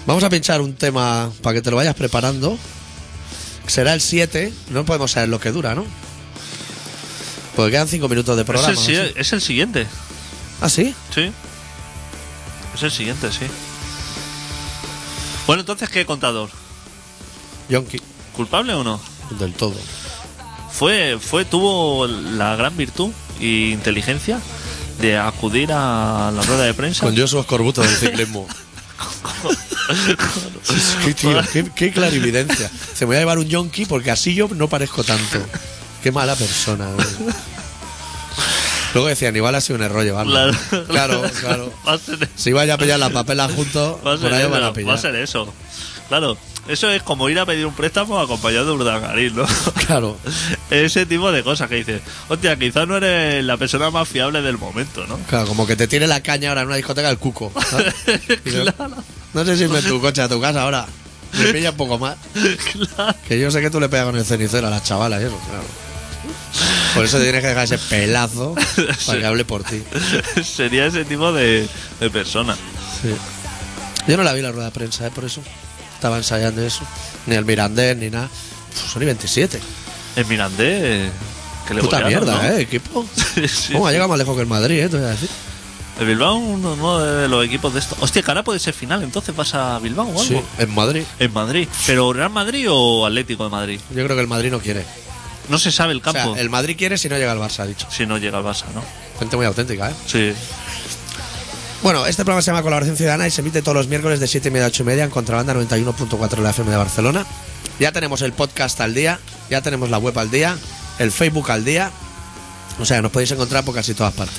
A: Vamos a pinchar un tema para que te lo vayas preparando. Será el 7. No podemos saber lo que dura, ¿no? Porque quedan 5 minutos de
C: Pero es,
A: programa.
C: el,
A: ¿no?
C: si- es el siguiente,
A: ¿Ah, sí?
C: sí. Es el siguiente, sí. Bueno, entonces, ¿qué contador?
A: Yonki.
C: ¿Culpable o no?
A: Del todo.
C: fue, fue tuvo la gran virtud e inteligencia de acudir a la rueda de prensa
A: Con Joshua Escorbuto del ciclismo. qué, tío, qué, qué clarividencia. Se me voy a llevar un yonki porque así yo no parezco tanto. Qué mala persona. güey. Luego decían, igual ha sido un error llevarlo.
C: Claro,
A: Claro, claro.
C: Va a ser
A: Si vaya a pillar las papelas juntos,
C: Va a, ser
A: por ahí
C: eso,
A: van a
C: va
A: pillar.
C: a ser eso. Claro, eso es como ir a pedir un préstamo acompañado de Urdangarín, ¿no?
A: Claro.
C: Ese tipo de cosas que dices, hostia, quizás no eres la persona más fiable del momento, ¿no?
A: Claro, como que te tiene la caña ahora en una discoteca el cuco. ¿sabes? Y yo, No sé si me tu coche a tu casa ahora. Me pilla un poco más.
C: Claro.
A: Que yo sé que tú le pegas con el cenicero a las chavalas y eso, claro. Por eso te tienes que dejar ese pelazo para que hable por ti.
C: Sería ese tipo de, de persona.
A: Sí. Yo no la vi la rueda de prensa, ¿eh? Por eso. Estaba ensayando eso. Ni el Mirandés, ni nada. Uf, son y 27.
C: El Mirandés, que le
A: Puta
C: golearon,
A: mierda,
C: ¿no?
A: ¿eh? Equipo.
C: Sí, sí.
A: ¿Cómo ha llegado más lejos que el Madrid, eh? Te voy a decir.
C: El Bilbao, uno, uno de los equipos de esto. Hostia, que ahora puede ser final, entonces vas a Bilbao o algo.
A: Sí, en Madrid.
C: En Madrid. ¿Pero Real Madrid o Atlético de Madrid?
A: Yo creo que el Madrid no quiere.
C: No se sabe el
A: O
C: campo
A: sea, el Madrid quiere si no llega al Barça, ha dicho.
C: si no llega al Barça, ¿no?
A: Gente muy auténtica, ¿eh?
C: Sí.
A: Bueno, este programa se llama Colaboración Ciudadana y se emite todos los miércoles de 7 y media a 8 y media en Contrabanda 91.4 de la FM de Barcelona. Ya tenemos el podcast al día, ya tenemos la web al día, el Facebook al día. O sea, nos podéis encontrar por casi todas partes.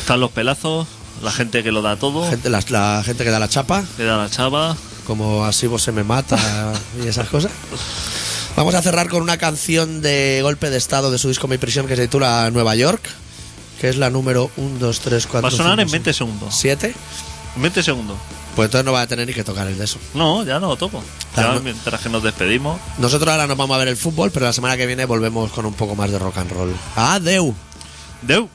C: Están los pelazos, la gente que lo da todo,
A: Gente, la, la gente que da la chapa,
C: que da la chava.
A: como así vos se me mata y esas cosas. Vamos a cerrar con una canción de golpe de estado de su disco Mi Prisión que se titula Nueva York, que es la número 1, 2, 3, 4,
C: Va a sonar en 20 segundos.
A: 7.
C: En 20 segundos.
A: Pues entonces no va a tener ni que tocar el de eso.
C: No, ya no lo toco.
A: Claro.
C: Ya mientras que nos despedimos.
A: Nosotros ahora nos vamos a ver el fútbol, pero la semana que viene volvemos con un poco más de rock and roll. Adeu.
C: Deu.